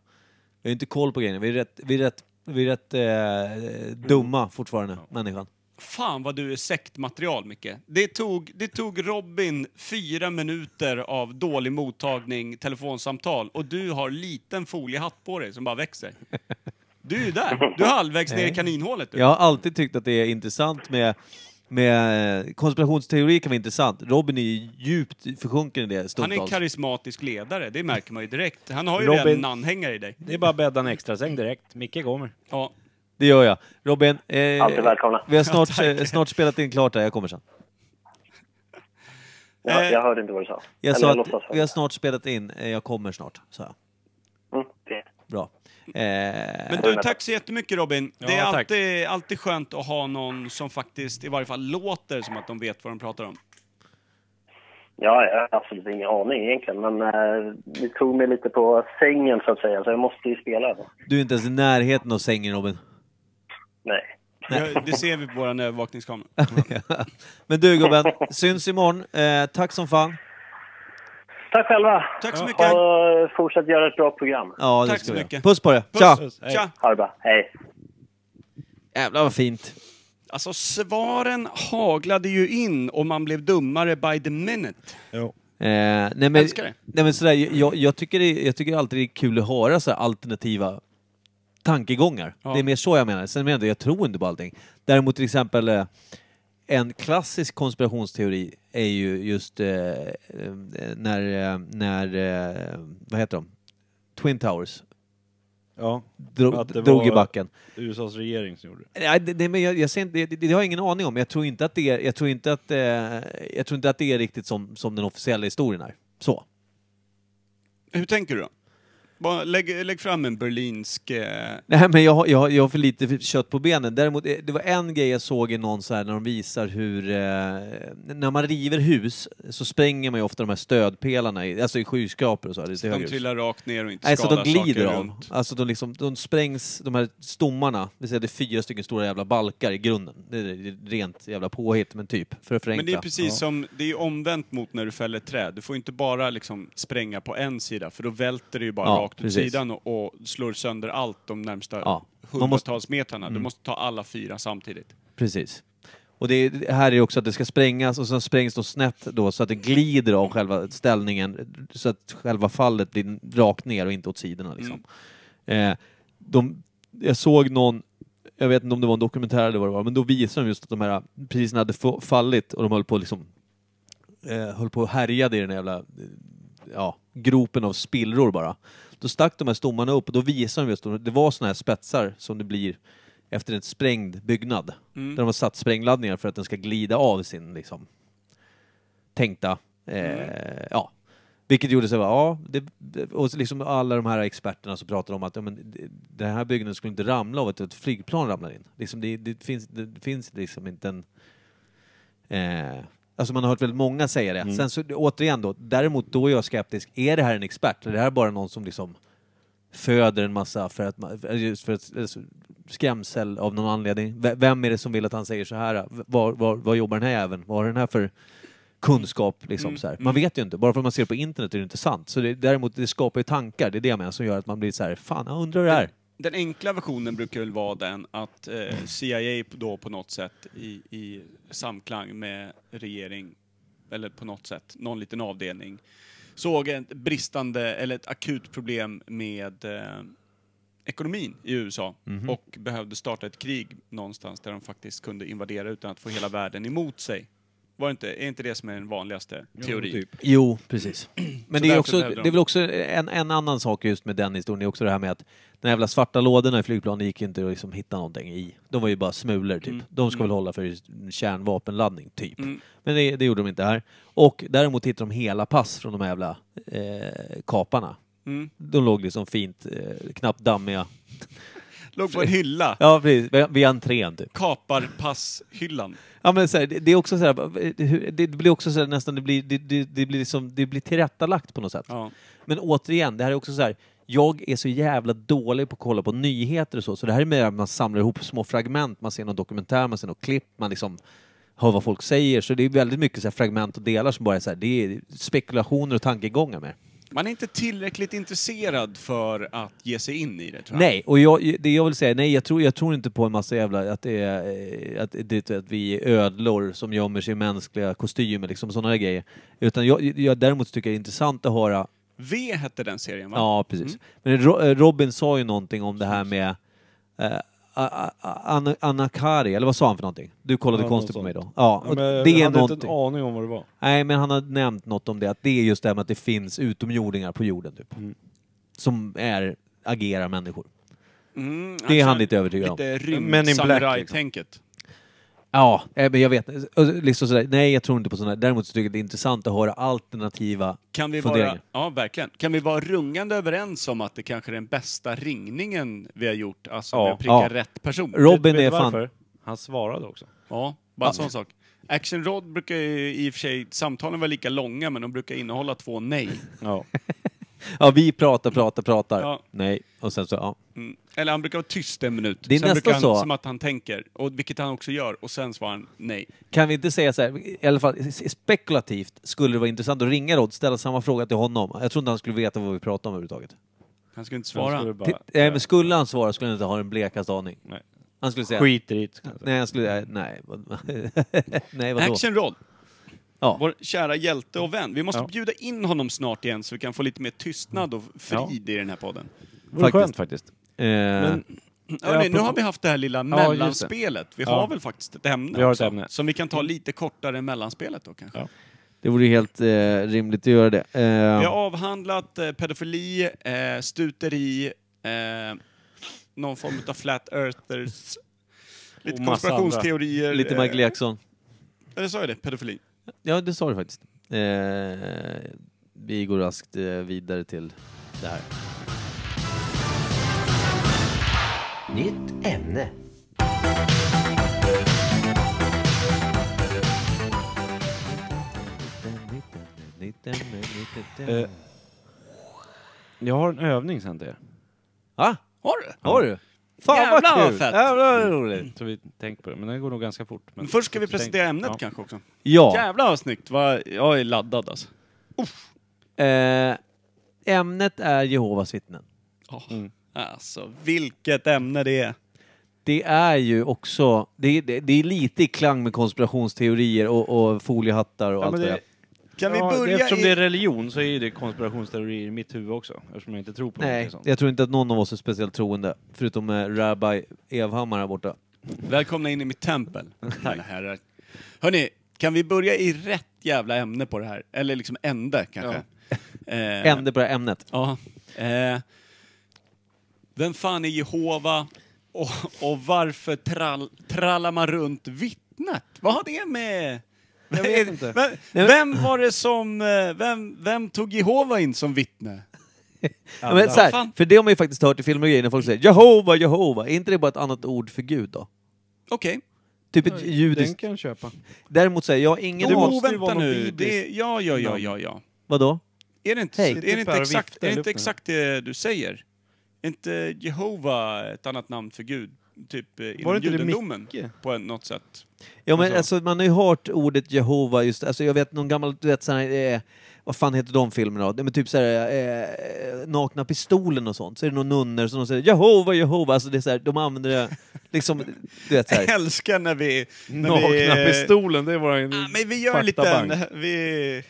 Vi har inte koll på grejerna. Vi är rätt, vi är rätt, vi är rätt eh, dumma fortfarande, människan. Fan vad du är sektmaterial, Micke. Det tog, det tog Robin fyra minuter av dålig mottagning, telefonsamtal och du har liten foliehatt på dig som bara växer. Du är ju där. Du är halvvägs ner i kaninhålet. Du. Jag har alltid tyckt att det är intressant med, med eh, konspirationsteori kan vara intressant. Robin är ju djupt försjunken i det Han är en stundtals. karismatisk ledare, det märker man ju direkt. Han har ju Robin- redan en anhängare i dig. Det är bara att bädda en extra säng direkt. Micke kommer. Ja. Det gör jag. Robin, eh, Alltid välkomna. vi har snart, eh, snart spelat in klart där, jag kommer sen. Jag, Eh, jag hörde inte vad du sa. Jag Eller sa att låtsas vi har snart spelat in, eh, jag kommer snart, sa jag. Mm, det. Bra. Eh, Men du, tack så jättemycket Robin. det är Ja, tack. alltid, alltid skönt att ha någon som faktiskt i varje fall låter som att de vet vad de pratar om. Ja, jag har absolut ingen aning egentligen. Men eh, ni tog mig lite på sängen så att säga, så jag måste ju spela. Då. Du är inte ens i närheten av sängen Robin. Nej. Jag, det ser vi på vår övervakningskamera. Men du gubben, syns imorgon. Eh, tack som fan. Tack själva! Tack så mycket. Och fortsätt göra ett bra program. Ja, det Tack ska så vi göra. mycket. Puss på dig. Puss. Tja! Tja. Ha det bra. Hej! Jävlar vad fint. Alltså svaren haglade ju in och man blev dummare by the minute. Eh, nej, men, Älskar det. Nej, men sådär, jag, jag, tycker det, jag tycker alltid det är kul att höra så här alternativa tankegångar. Ja. Det är mer så jag menar. Sen menar jag, jag tror inte på allting. Däremot till exempel eh, en klassisk konspirationsteori är ju just eh, eh, när, eh, när eh, vad heter de? Twin Towers Ja, drog, Att det drog i var- backen. USAs regering som gjorde det. Nej, det, det, men jag, jag ser inte, det, det har jag ingen aning om. Jag tror inte att det är, jag tror inte att, eh, jag tror inte att det är riktigt som, som den officiella historien är. Så. Hur tänker du då? Bara lägg, lägg fram en berlinsk... Eh, Nej, men jag, har- jag, har- jag har för lite kött på benen. Däremot, eh, det var en grej jag såg i någon så här när de visar hur... Eh, när man river hus så spränger man ju ofta de här stödpelarna, i, alltså i skyskrapor och så. Här, lite högre de hus. trillar rakt ner och inte Nej, så skadar de glider saker av. runt. Alltså de, liksom, de sprängs, de här stommarna, det vill säga det är fyra stycken stora jävla balkar i grunden. Det är rent jävla påhitt, men typ, för att förenkla. Men det är precis som, det är ju omvänt mot när du fäller ett träd. Du får inte bara liksom spränga på en sida, för då välter det ju bara Ja, rakt åt precis. sidan och, och slår sönder allt de närmsta Ja. Man måste- Mm. hundratals metrarna. Du måste ta alla fyra samtidigt. Precis. Och det är, här är det också att det ska sprängas och sen sprängs då snett då så att det glider av själva ställningen så att själva fallet blir rakt ner och inte åt sidorna liksom. Eh, de, jag såg någon, jag vet inte om det var en dokumentär eller vad det var, men då visade de just att de här priserna hade fa- fallit och de höll på att liksom eh, höll på och härjade i den här jävla eh, ja, gropen av spillror bara. Då stack de här stommarna upp och då visade de just att det var såna här spetsar som det blir efter en sprängd byggnad. Där de har satt sprängladdningar för att den ska glida av sin liksom, tänkta... Eh, ja. Vilket gjorde så här, ja, det, det- och så liksom alla de här experterna så pratade om att ja, men det- den här byggnaden skulle inte ramla av att ett flygplan ramlar in. Liksom det, det, finns, det finns liksom inte en... Eh, alltså man har hört väldigt många säga det. Sen så återigen då, däremot då är jag skeptisk. Är det här en expert? Eller är det här bara någon som liksom föder en massa för att, man- just för att alltså, skrämsel av någon anledning? V- Vem är det som vill att han säger så här? V- Vad, vad, vad jobbar den här även? Vad har den här för kunskap liksom så här. Man vet ju inte, bara för att man ser på internet är det inte sant. Så det, däremot, det skapar ju tankar, det är det jag menar, som gör att man blir så här, fan, jag undrar hur det är. Den enkla versionen brukar väl vara den att eh, CIA då på något sätt i, i samklang med regering eller på något sätt, någon liten avdelning, såg ett bristande, eller ett akut problem med eh, ekonomin i USA och behövde starta ett krig någonstans där de faktiskt kunde invadera utan att få hela världen emot sig. Var det inte, är inte det som är den vanligaste teorin? typ. Jo, precis. Men det är, därför också, behövde det de- är väl också en, en annan sak just med den historien, är också det här med att den jävla svarta lådorna i flygplanen gick inte att liksom hitta någonting i. De var ju bara smulor, typ. Mm. De ska väl hålla för just kärnvapenladdning, typ. Men det, det gjorde de inte här. Och däremot hittade de hela pass från de här jävla eh, kaparna. Mm. De låg liksom fint, eh, knappt dammiga. Låg på en hylla. Ja, precis. Vid- Vid entrén, typ. Kaparpasshyllan. Ja men så här, det, det är också så här, va- hur- det blir också så här, nästan, det blir, det, det, det blir liksom, det blir tillrättalagt på något sätt. Ja. Men återigen, det här är också så här, jag är så jävla dålig på att kolla på nyheter och så, så det här är mer att man samlar ihop små fragment, man ser någon dokumentär, man ser något klipp, man liksom hör vad folk säger, så det är väldigt mycket så här fragment och delar som bara är så här, det är spekulationer och tankegångar mer. Man är inte tillräckligt intresserad för att ge sig in i det, tror jag. Nej, och jag, det jag vill säga, nej jag tror, jag tror inte på en massa jävla, att det är, eh, att, det, att vi är ödlor som gömmer sig i mänskliga kostymer, liksom sådana där grejer. Utan jag, jag däremot tycker det är intressant att höra, V hette den serien, va? ja Mm. precis. Men Ro, eh, Robin sa ju någonting om det här med eh, a- a- a- Anna, Anna Kari, eller vad sa han för någonting? Du kollade Ja, konstigt på något mig då. sånt. Ja, Ja, och men jag det är hade någonting. inte en aning om vad det var. Nej, men han har nämnt något om det, att det är just det här med att det finns utomjordingar på jorden, typ. Mm. Som är, agerar människor. Mm, Det är han lite övertygad om. Men Lite in Black, liksom. rymdsamurai-tänket. Ja, eh, men jag vet eh, liksom sådär, Nej, jag tror inte på sådana. Däremot så tycker jag det är intressant att höra alternativa Kan vi funderingar. vara, ja, verkligen. Kan vi vara rungande överens om att det kanske är den bästa ringningen vi har gjort? Alltså, Ja. vi har prickat Ja. rätt person. Robin du är fan... varför? Han svarade också. Ja, bara en sån sak. Action Rod brukar ju i och för sig, samtalen var lika långa, men de brukar innehålla två nej. Ja. Ja, vi pratar, pratar, pratar. Ja. Nej. Och sen så, ja. Mm. Eller han brukar vara tyst en minut. Det är sen nästan brukar han, så. Som att han tänker, och vilket han också gör, och sen svarar han nej. Kan vi inte säga så här, i alla fall s- spekulativt, skulle det vara intressant att ringa Rod, ställa samma fråga till honom. Jag tror inte han skulle veta vad vi pratar om överhuvudtaget. Han skulle inte Bara. svara. T- Nej, men skulle han svara skulle han inte ha den blekaste aning. Nej. Han skulle säga... Skit i det. ska jag säga. Nej, han skulle... eh, Nej, vad- nej vadå? Action Rod, Ja. vår kära hjälte och vän. Vi måste Ja. bjuda in honom snart igen så vi kan få lite mer tystnad och frid i den här podden. Det vore faktiskt. skönt faktiskt. Eh, Hörrni, nu på- har vi haft det här lilla just det. mellanspelet. Vi har Ja. väl faktiskt ett ämne, Vi har ett också, ämne. som vi kan ta lite kortare än mellanspelet då kanske. Ja. det vore helt eh, rimligt att göra det. Eh, Vi har avhandlat eh, pedofili, eh, stuteri, eh, någon form av flat earthers, lite Och massa konspirationsteorier. Lite Michael Jackson. Eh, eller sa jag det? Pedofili. Ja, det sa du faktiskt. Eh, vi går raskt eh, vidare till det här. Nytt ämne. Eh, jag har en övning sen till er. Ah, Har du? har du? Fan vad Jävlar, vad kul! fett! Jävlar vad roligt! Så vi tänker på det. Men det går nog ganska fort. Men Men först ska vi Tänk- presentera ämnet ja. kanske också. Ja, Jävlar vad snyggt! Vad, jag är laddad alltså. eh, ämnet är Jehovas vittnen. Oh. Alltså, vilket ämne det är. Det är ju också, det, det, det är lite i klang med konspirationsteorier och, och foliehattar och Ja, allt men vad det det, är. Kan ja, vi det, börja eftersom i... det är religion så är det konspirationsteorier i mitt huvud också. Eftersom jag inte tror på Nej, någonting sånt. jag tror inte att någon av oss är speciellt troende, förutom eh, Rabbi Evhammar här borta. Välkomna in i mitt tempel, mina herrar. Hörni, kan vi börja i rätt jävla ämne på det här? Eller liksom ände kanske? Eh, Ände på det här ämnet. Ja. Eh, vem fan är Jehova och, och varför trall, trallar man runt vittnet? Vad har det med... Jag vet inte. Vem, vem var det som... eh, Vem, vem tog Jehova in som vittne? Ja, men så här, Fan. för det har man ju faktiskt hört i filmer och grejer när folk säger Jehova, Jehova. Är inte det bara ett annat ord för Gud då? Okej. Typ ett Den judiskt... kan jag köpa. Däremot säger jag har ingen Oh, aning... måste ju vänta vara någon nu. Det, bibliskt ja, ja, ja, ja, ja. Vadå? Är det inte, Hej. är det inte Bara exakt, vifta i är det, inte luften. exakt det du säger? Är inte Jehova ett annat namn för Gud? Typ eh, inom Var det inte det judendomen Micke? på en- något sätt. Ja men alltså man har ju hört ordet Jehova just, alltså jag vet någon gammal, du vet sån här, eh, vad fan heter de filmerna då? Det är men typ så här, eh, Nakna Pistolen och sånt, så är det några nunnor som säger Jehova, Jehova, alltså det är så här, de använder det liksom, du vet så Jag här. älskar när vi... När Nakna vi, pistolen, det är våran Ja, men vi gör en faktabank. liten... Vi,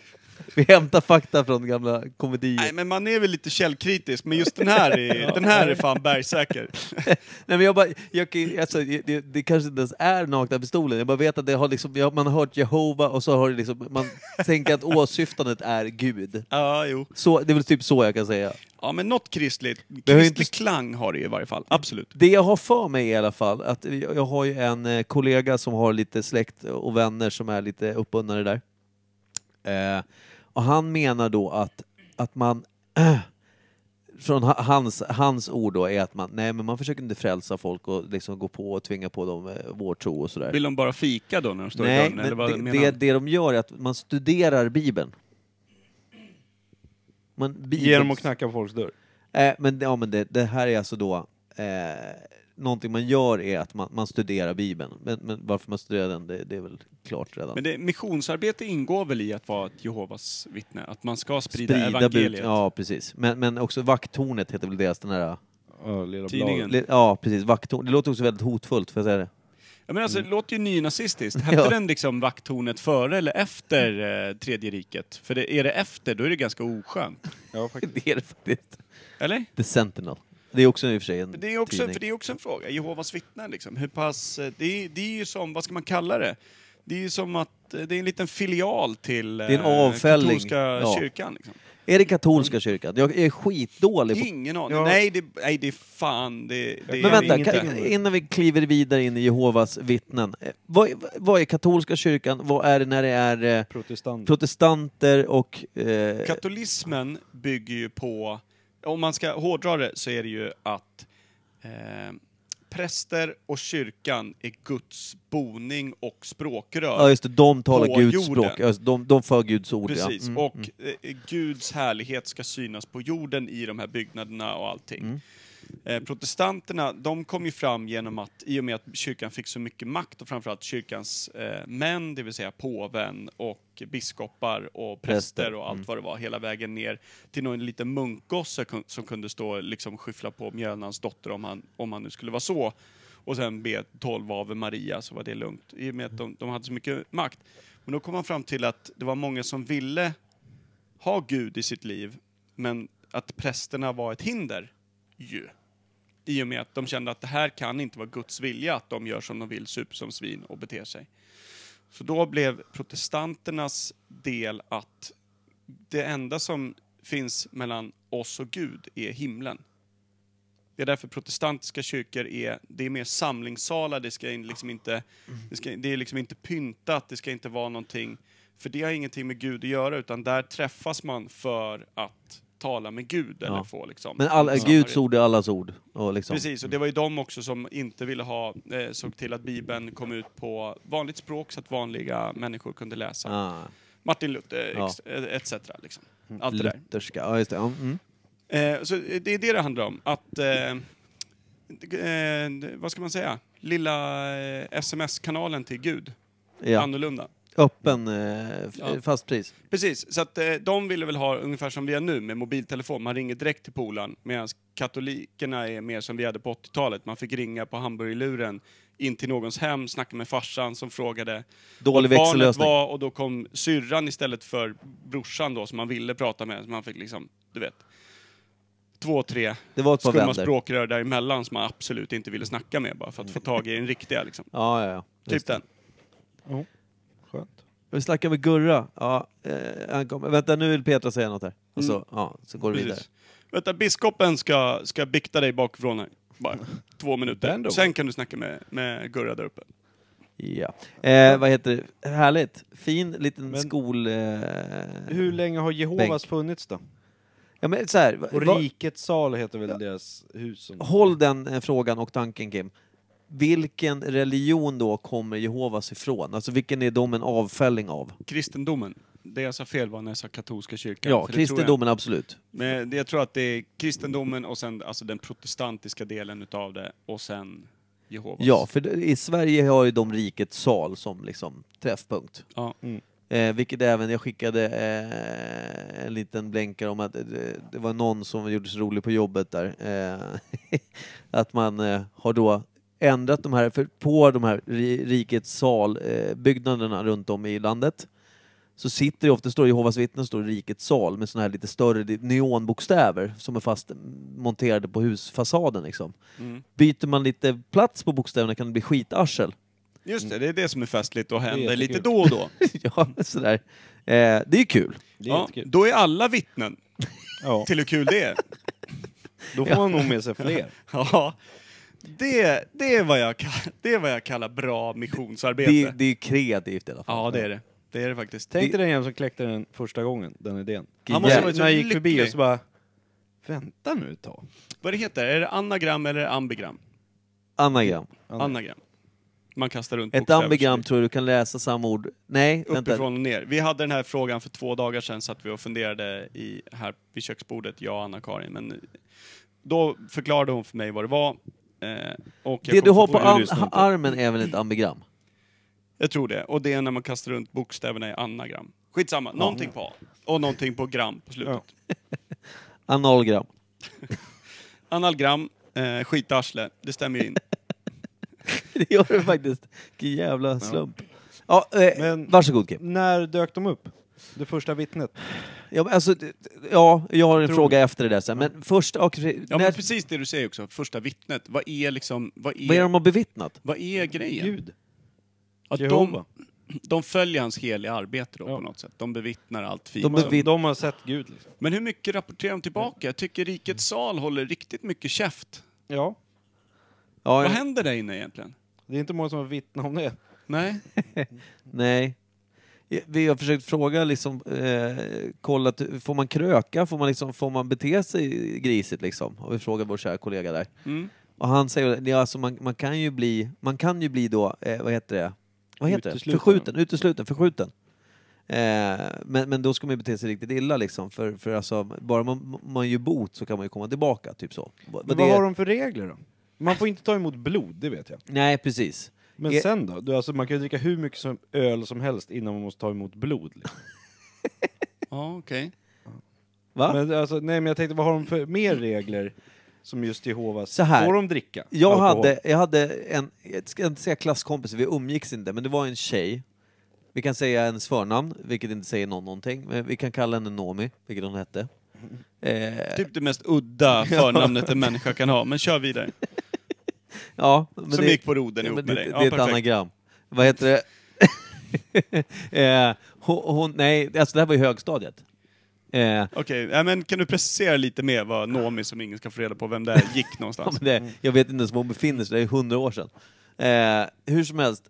vi hämtar fakta från gamla komedier. nej, Nej, men man är väl lite källkritisk, men just den här är, den här är fan bergsäker. men jag bara, jag, kan- alltså, det, det- det kanske inte ens är Nakna Pistolen, jag bara vet att det har liksom, jag, man har hört Jehova och så har det liksom, man tänker att åsyftandet är Gud. Ja, jo. Så, det är väl typ så jag kan säga. Ja, men något kristligt. har ju Kristlig inte- klang har det i varje fall. Absolut. Det jag har för mig i alla fall, att jag jag har ju en eh, kollega som har lite släkt och vänner som är lite uppbundna i det där. Eh, och han menar då att, att man, från ha- hans, hans ord då, är att man, nej men man försöker inte frälsa folk och liksom gå på och tvinga på dem eh, vår tro och sådär. Vill de bara fika då när de står i Nej, dörren? Eller men vad det, menar det, han? det de gör är att man studerar Bibeln. Man, Bibeln Genom att knacka på folks dörr. Eh, men ja, men det, det här är alltså då... Eh, någonting man gör är att man, man studerar Bibeln. Men, men varför man studerar den, det, det är väl klart redan. Men det, missionsarbete ingår väl i att vara ett Jehovas vittne? Att man ska sprida, bud- evangeliet? Ja, precis. Men, men också Vakttornet heter väl deras den här... Ja, lilla Tidningen. bladet. le- Ja, precis. Vakttornet. Det låter också väldigt hotfullt, för jag säga det? Ja, men alltså, Det låter ju nynazistiskt. Hette Mm. Ja. den liksom vakttornet före eller efter eh, Tredje riket? För det, är det efter, då är det ganska oskönt. Ja, faktiskt. Det är det faktiskt. Eller? The Sentinel. Det är också i och för sig en Men Det är också, tidning. för det är också en fråga, Jehovas vittnen liksom. Hur pass, eh, det, är, det är ju som, vad ska man kalla det? Det är ju som att eh, det är en liten filial till eh, Det är en avfällning. katolska Ja. kyrkan. Liksom. Är det katolska kyrkan? Jag är skitdålig på... Ingen aning. Ja. Nej, det, nej, det är fan, det, det Men är vänta, inte. kan, innan vi kliver vidare in i Jehovas vittnen. Eh, Vad, vad är katolska kyrkan? Vad är det när det är... Eh, Protestant. protestanter och... Eh, Katolismen bygger ju på, om man ska hårdra det så är det ju att eh, präster och kyrkan är Guds boning och språkrör. ja just det, de talar på Guds jorden. språk. Ja, just det, De, de för Guds ord, Precis, ja. Mm. och eh, Guds härlighet ska synas på jorden i de här byggnaderna och allting. Mm. Eh, protestanterna, de kom ju fram genom att, i och med att kyrkan fick så mycket makt och framförallt kyrkans eh, män, det vill säga påven och biskopar och Präster, präster och allt vad det var, hela vägen ner till någon liten munkgosse kun- som kunde stå och liksom skyffla på mjölnans dotter om han, om han nu skulle vara så. Och sen be 12 Ave Maria så var det lugnt, i och med att de, de hade så mycket makt. Men då kom man fram till att det var många som ville ha Gud i sitt liv, men att prästerna var ett hinder. Ju. I och med att de kände att det här kan inte vara Guds vilja, att de gör som de vill, super som svin och beter sig. Så då blev protestanternas del att det enda som finns mellan oss och Gud är himlen. Det är därför protestantiska kyrkor är, det är mer samlingssalar, det, ska in- liksom inte, det, ska, det är liksom inte pyntat, det ska inte vara någonting. För det har ingenting med Gud att göra, utan där träffas man för att tala med Gud. Eller Ja. få liksom Men alla, Guds samarbete. ord är allas ord. Och liksom. Precis, och det var ju de också som inte ville ha, eh, såg till att Bibeln kom ut på vanligt språk så att vanliga människor kunde läsa. Ah, Martin Luther, Ja. Mm. ex, eh, etc. Liksom. Allt det där. lutherska. Ja, just det. Ja, mm. Eh, så det är det det handlar om, att... Eh, eh, vad ska man säga? Lilla eh, sms-kanalen till Gud. ja. Annorlunda. Öppen, eh, f- Ja. fast pris. Precis, så att eh, de ville väl ha ungefär som vi har nu med mobiltelefon. Man ringer direkt till polaren medan katolikerna är mer som vi hade på 80-talet. Man fick ringa på hamburgerluren in till någons hem, snacka med farsan som frågade Dålig vart barnet växellösning. var och då kom syrran istället för brorsan då som man ville prata med. Så man fick liksom, du vet, två, tre Det var ett par skumma vänder. Ja, språkrör däremellan som man absolut inte ville snacka med bara för att få tag i den riktiga liksom. ja, ja. Typ Just det. den. Skönt. Vi snackar med Gurra. Ja, eh, han kommer. Vänta, nu vill Petra säga något här. Och så, ja, så går det vidare. Mm. Precis. Vänta, biskopen ska, ska bikta dig bakifrån här. Bara två Den minuter. då. Sen kan du snacka med, med Gurra där uppe. Ja. Eh, vad heter det? Härligt. Fin liten Men- skol... Eh, Hur länge har Jehovas Bänk. funnits då? ja, men så här, Och vad- Rikets sal heter väl deras hus? som- Håll den eh, frågan och tanken Kim. Vilken religion då kommer Jehovas ifrån? Alltså vilken är de en avfälling av? Kristendomen. Det jag sa fel var när jag sa katolska kyrkan. Ja, för det tror jag- kristendomen absolut. Men det- jag tror att det är kristendomen och sen alltså den protestantiska delen utav det och sen Jehovas. Ja, för det- i Sverige har ju de rikets sal som liksom träffpunkt. Ja. Mm. Eh, vilket även, jag skickade eh, en liten blänkare om att eh, det, det var någon som gjorde sig rolig på jobbet där. Eh, att man eh, har då ändrat de här, för på de här ri- rikets salbyggnaderna eh, byggnaderna runt om i landet så sitter det ofta, står det Jehovas vittnen, står det Rikets sal med såna här lite större di- neonbokstäver som är fast monterade på husfasaden liksom. Mm. Byter man lite plats på bokstäverna kan det bli skitarsel. Just det, det är det som är festligt och händer lite jättekul. då och då. ja, sådär. Eh, det är kul. Det är Ja, jättekul. då är alla vittnen Ja, till hur kul det är. då får man nog med sig fler. Ja, det, det, är vad jag, kall- det är vad jag kallar bra missionsarbete. Det, det är kreativt i alla fall. Ja, det är det. Det är det faktiskt. Tänk dig den jäveln som kläckte den första gången, den idén. Han Han måste måste ha varit så när jag gick förbi lycklig. och så bara, vänta nu ett tag. Vad det heter? Är det anagram eller ambigram? Anagram. Anagram. Man kastar runt Ett bokstäver. ambigram tror jag du kan läsa samma ord. Nej, vänta. Uppifrån och ner. Vi hade den här frågan för två dagar sedan, satt vi och funderade i, här vid köksbordet, jag och Anna-Karin. Men eh, då förklarade hon för mig vad det var. Eh, och jag Det du kom har på- på Jo, arm, lyssna inte. armen är väl ett ambigram? Jag tror det. Och det är när man kastar runt bokstäverna i anagram. Skitsamma, någonting på A. Och någonting på gram på slutet. Analgram. Analgram, eh, skitarsle, det stämmer ju in. Det gör du faktiskt. Vilken jävla slump. Ja, eh, Men- varsågod Kim. När dök de upp? Det första vittnet? Ja, men alltså, d- d- ja, jag har en Tror fråga efter det där sen. Men först, okej, Ja, när, men precis det du säger också, första vittnet. Vad är liksom, vad vad är det är, de har bevittnat? vad är grejen? Gud. Att de, Jehova. de följer hans heliga arbete då Ja. på något sätt. De bevittnar allt fint. De bevitt- De, de har sett Gud liksom. Men hur mycket rapporterar de tillbaka? Jag tycker Rikets sal håller riktigt mycket käft. Ja, Ja, Vad jag- händer där inne egentligen? det är inte många som har vittnat om det. Nej? nej. Jag- Vi har försökt fråga, liksom, eh, kollat, får man kröka? Får man, liksom, får man bete sig grisigt? Liksom? Har vi frågat vår kära kollega där. Mm. Och han säger att alltså, man, man kan ju bli, man kan ju bli då, eh, vad heter det? Vad heter Utesluten. det? Förskjuten, utesluten, förskjuten. Eh, men, men då ska man ju bete sig riktigt illa liksom, för, för alltså, bara man, man gör bot så kan man ju komma tillbaka, typ så. Vad- Men det vad är- har de för regler då? Man får inte ta emot blod, det vet jag. Nej, precis. E- Men Är- sen då? Du, alltså, man kan ju dricka hur mycket som, öl som helst innan man måste ta emot blod. Liksom. Ja, okej. Va? Men, alltså, nej, men jag tänkte, vad har de för mer regler som just Jehovas? Så här. Får de dricka? jag, alkohol? hade, jag hade en, jag ska inte säga klasskompis, vi umgicks inte, men det var en tjej. Vi kan säga hennes förnamn, vilket inte säger någon någonting, men vi kan kalla henne Nomi, vilket hon hette. Eh, Typ det mest udda förnamnet en människa kan ha, men kör vidare. ja, men Som det, gick på roden ihop men med det, dig. det Ja, är ett perfekt. anagram. Vad heter det? eh, hon, hon, nej, alltså det här var ju högstadiet. Eh, Okej, ja, men kan du precisera lite mer vad Nomi, som ingen ska få reda på vem det är, gick Ja, någonstans? men Mm. det, jag vet inte ens var hon befinner sig, det är hundra år sedan. Eh, hur som helst,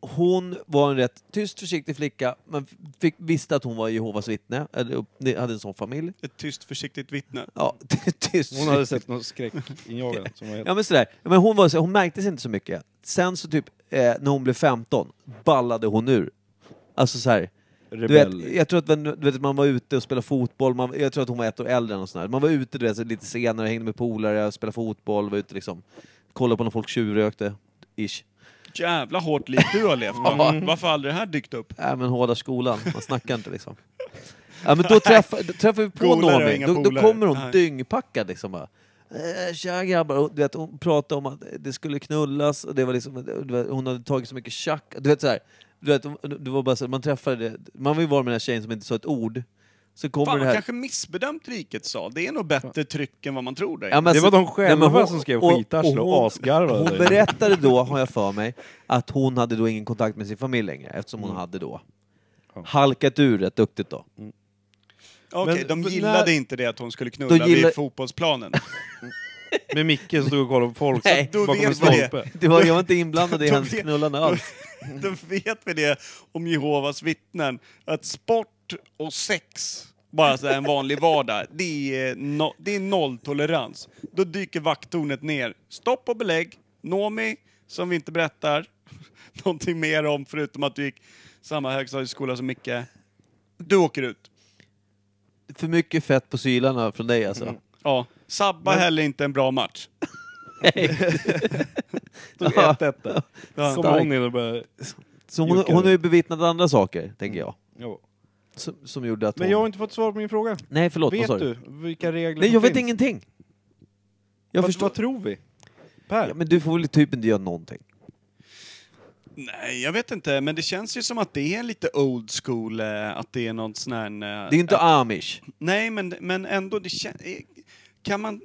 hon var en rätt tyst, försiktig flicka, men fick, visste att hon var Jehovas vittne, eller upp- ni hade en sån familj. Ett tyst försiktigt vittne. Ja, tyst. Hon hade sett någon skräckinjagande som var helt... Ja men sådär. Men hon, var, så- hon märktes inte så mycket. Sen så typ, eh, när hon blev 15, ballade hon ur. Alltså såhär, du vet, Rebell. jag tror att man- du vet, man var ute och spelade fotboll, man, jag tror att hon var ett år äldre än och sådär. Man var ute du vet, så lite senare, hängde med polare, spelade fotboll, var ute liksom, kollade på när folk tjuvrökte, ish. Jävla hårt liv du har levt. Mm. Varför har aldrig det här dykt upp? Nej men hårda skolan, man snackar inte liksom. Ja men då träffar, då träffar vi på Polare och Noomi, inga då, då polare. kommer hon Nej. dyngpackad liksom bara. "Eh, Tja grabbar, och, du vet, hon pratade om att det skulle knullas och det var liksom, du vet, hon hade tagit så mycket tjack. Du vet såhär, du vet, det var bara så, här, man träffade, man var ju vara med den här tjejen som inte sa ett ord. Så kommer Fan, det man här... kanske missbedömt riket sal. Det är nog bättre tryck än vad man tror. Där. Ja, men Det alltså- var de nej, men själva hon- som skrev och- skitarsle och, hon- asgarvade. Hon berättade då, har jag för mig, att hon hade då ingen kontakt med sin familj längre eftersom Mm. hon hade då halkat ur rätt duktigt då. Okej, Men- de men gillade när- inte det att hon skulle knulla gillar- vid fotbollsplanen. Med Micke som stod och kollade på folk Nej, då bakom vet en vi det. stolpe. Det var, jag var inte inblandad i Då hennes vet- knullande alls. Då vet vi det om Jehovas vittnen, att sport och sex, bara så här en vanlig vardag, det är, no, det är nolltolerans. Då dyker vakttornet ner. Stopp och belägg, Nomi, som vi inte berättar någonting mer om förutom att du gick samma högstadieskola som Micke. Du åker ut. För mycket fett på sylarna från dig alltså. Mm. Ja. Sabba heller inte en bra match. Stod 1-1 där. Ja. Kom hon in och började... Så hon, Juckar hon har du? ju bevittnat andra saker, tänker jag. Jo. Som, som gjorde att Men hon... jag har inte fått svar på min fråga. Nej, förlåt. vad sa vet du? du vilka regler Nej, som jag vet finns? ingenting. Jag vad, förstår. vad tror vi? Per? Ja, men du får väl typ inte göra någonting. Nej, jag vet inte, men det känns ju som att det är lite old school, eh, att det är något sån här... eh, Det är ju inte amish. Nej, men, men ändå, det kän- eh, kan man...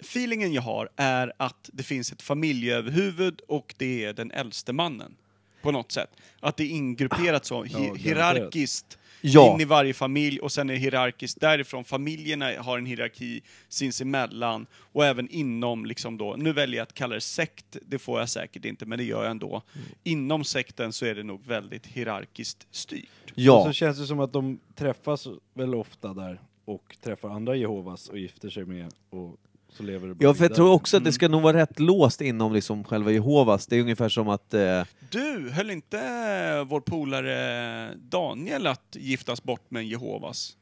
Feelingen jag har är att det finns ett familjeöverhuvud och det är den äldste mannen. På något sätt. Att det är ingrupperat så, hi- garanterat. hierarkiskt. Ja. In i varje familj och sen är det hierarkiskt därifrån. Familjerna har en hierarki sinsemellan och även inom liksom då, nu väljer jag att kalla det sekt, det får jag säkert inte men det gör jag ändå. Inom sekten så är det nog väldigt hierarkiskt styrt. Och Ja. så känns det som att de träffas väl ofta där och träffar andra Jehovas och gifter sig med och så lever det bara Ja, för jag vidare. tror också Mm. att det ska nog vara rätt låst inom liksom själva Jehovas. Det är ungefär som att... Eh, Du, höll inte eh, vår polare Daniel att giftas bort med en Jehovas?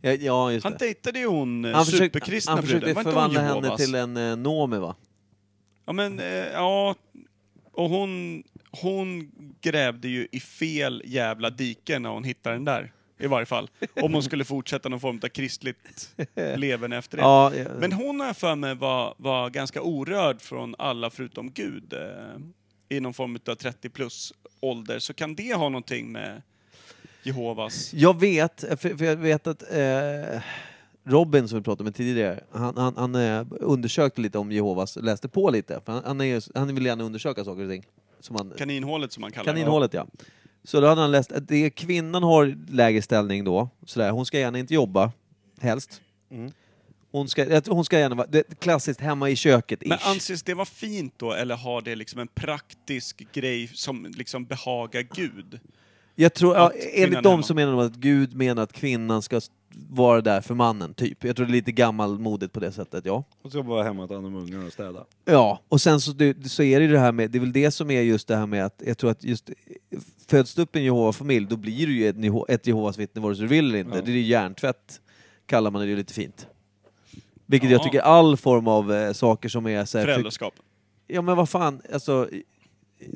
ja, ja, just Han det. dejtade ju hon eh, Han superkristna han försökte bruden, var inte hon förvandla henne Jehovas? till en eh, nomi, va? Ja, men eh, ja... Och hon, hon grävde ju i fel jävla dike när hon hittade den där. I varje fall. Om hon skulle fortsätta någon form av kristligt leven efter det. Ja, eh, ja. Men hon har jag för mig var, var ganska orörd från alla förutom Gud. Eh, I någon form av 30 plus ålder. Så kan det ha någonting med Jehovas... Jag vet, för, för jag vet att eh, Robin som vi pratade med tidigare, han, han, han eh, undersökte lite om Jehovas, läste på lite. För han, han, är, ju- han vill gärna undersöka saker och ting. Som han, Kaninhålet som man kallar kaninhålet ja. Så då hade han läst att det, är- kvinnan har lägre ställning då, sådär. hon ska gärna inte jobba, helst. Mm. Hon, ska, jag tror hon ska gärna vara det, är klassiskt hemma i köket det. Men anses det vara fint då, eller har det liksom en praktisk grej som liksom behagar Gud? Jag tror, ja, att enligt kvinnan dem hemma. så menar de att Gud menar att kvinnan ska s- vara där för mannen, typ. Jag tror det är lite gammalmodigt på det sättet, ja. Hon ska bara vara hemma och ta hand om ungarna och städa. Ja, och sen så, det, så är det ju det här med, det är väl det som är just det här med att, jag tror att just, föds du upp i en Jehova-familj då blir du ju ett, Jeho- ett Jehovas vittne vare sig du vill eller inte. Det är ju hjärntvätt, kallar man det ju lite fint. Vilket jag Ja. tycker all form av eh, saker som är så här, för, Föräldraskap? Ja men vad fan, alltså, i- i-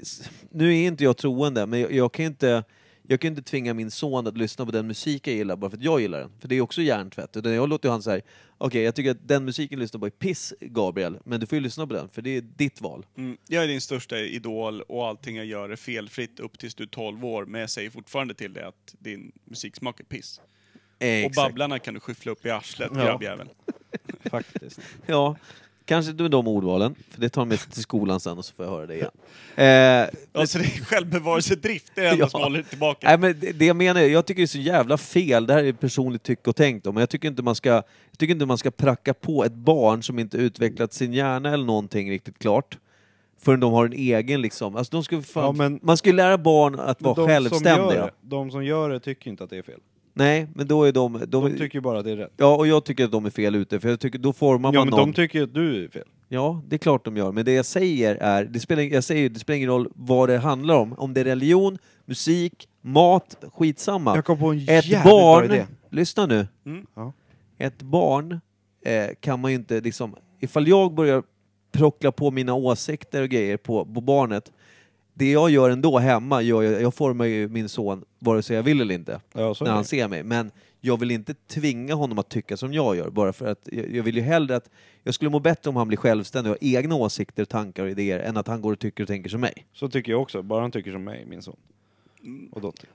s- nu är inte jag troende, men jag, jag kan ju inte jag kan ju inte tvinga min son att lyssna på den musik jag gillar bara för att jag gillar den. För det är också hjärntvätt. Utan jag låter ju han säga, okej jag tycker att den musiken du lyssnar på är piss Gabriel, men du får ju lyssna på den för det är ditt val. Mm. Jag är din största idol och allting jag gör är felfritt upp tills du är 12 år, men jag säger fortfarande till dig att din musiksmak är piss. Och Babblarna kan du skyffla upp i arslet, grabbjävel. Faktiskt. Ja, kanske med de ordvalen, för det tar de med sig till skolan sen och så får jag höra det igen. Eh, Alltså det är självbevarelsedrift, det är det enda Ja. som håller tillbaka. Nej, men det, det jag menar, är- jag tycker det är så jävla fel, det här är personligt tycke och tänkt om, men jag tycker, inte man ska, jag tycker inte man ska pracka på ett barn som inte utvecklat sin hjärna eller någonting riktigt klart förrän de har en egen liksom. Alltså, de ska ju fan, Ja, men- man ska ju lära barn att vara Som självständiga. gör, det- de som gör det tycker inte att det är fel. Nej, men då är de... de, De tycker ju bara att det är rätt. Ja, och jag tycker att de är fel ute, för jag tycker, då formar Ja man men någon. de tycker ju att du är fel. Ja, det är klart de gör. Men det jag säger är, det spelar, jag säger, det spelar ingen roll vad det handlar om. Om det är religion, musik, mat, skitsamma. Jag kom på en Ett jävligt bra barn, idé. lyssna nu. Ja. Ett barn eh, kan man ju inte liksom, ifall jag börjar prockla på mina åsikter och grejer på, på barnet, det jag gör ändå hemma, gör jag, jag formar ju min son vare sig jag vill eller inte Ja, så när är han det. ser mig. Men jag vill inte tvinga honom att tycka som jag gör, bara för att jag, jag vill ju hellre att... Jag skulle må bättre om han blir självständig och har egna åsikter, tankar och idéer än att han går och tycker och tänker som mig. Så tycker jag också, bara han tycker som mig, min son. Och dotter.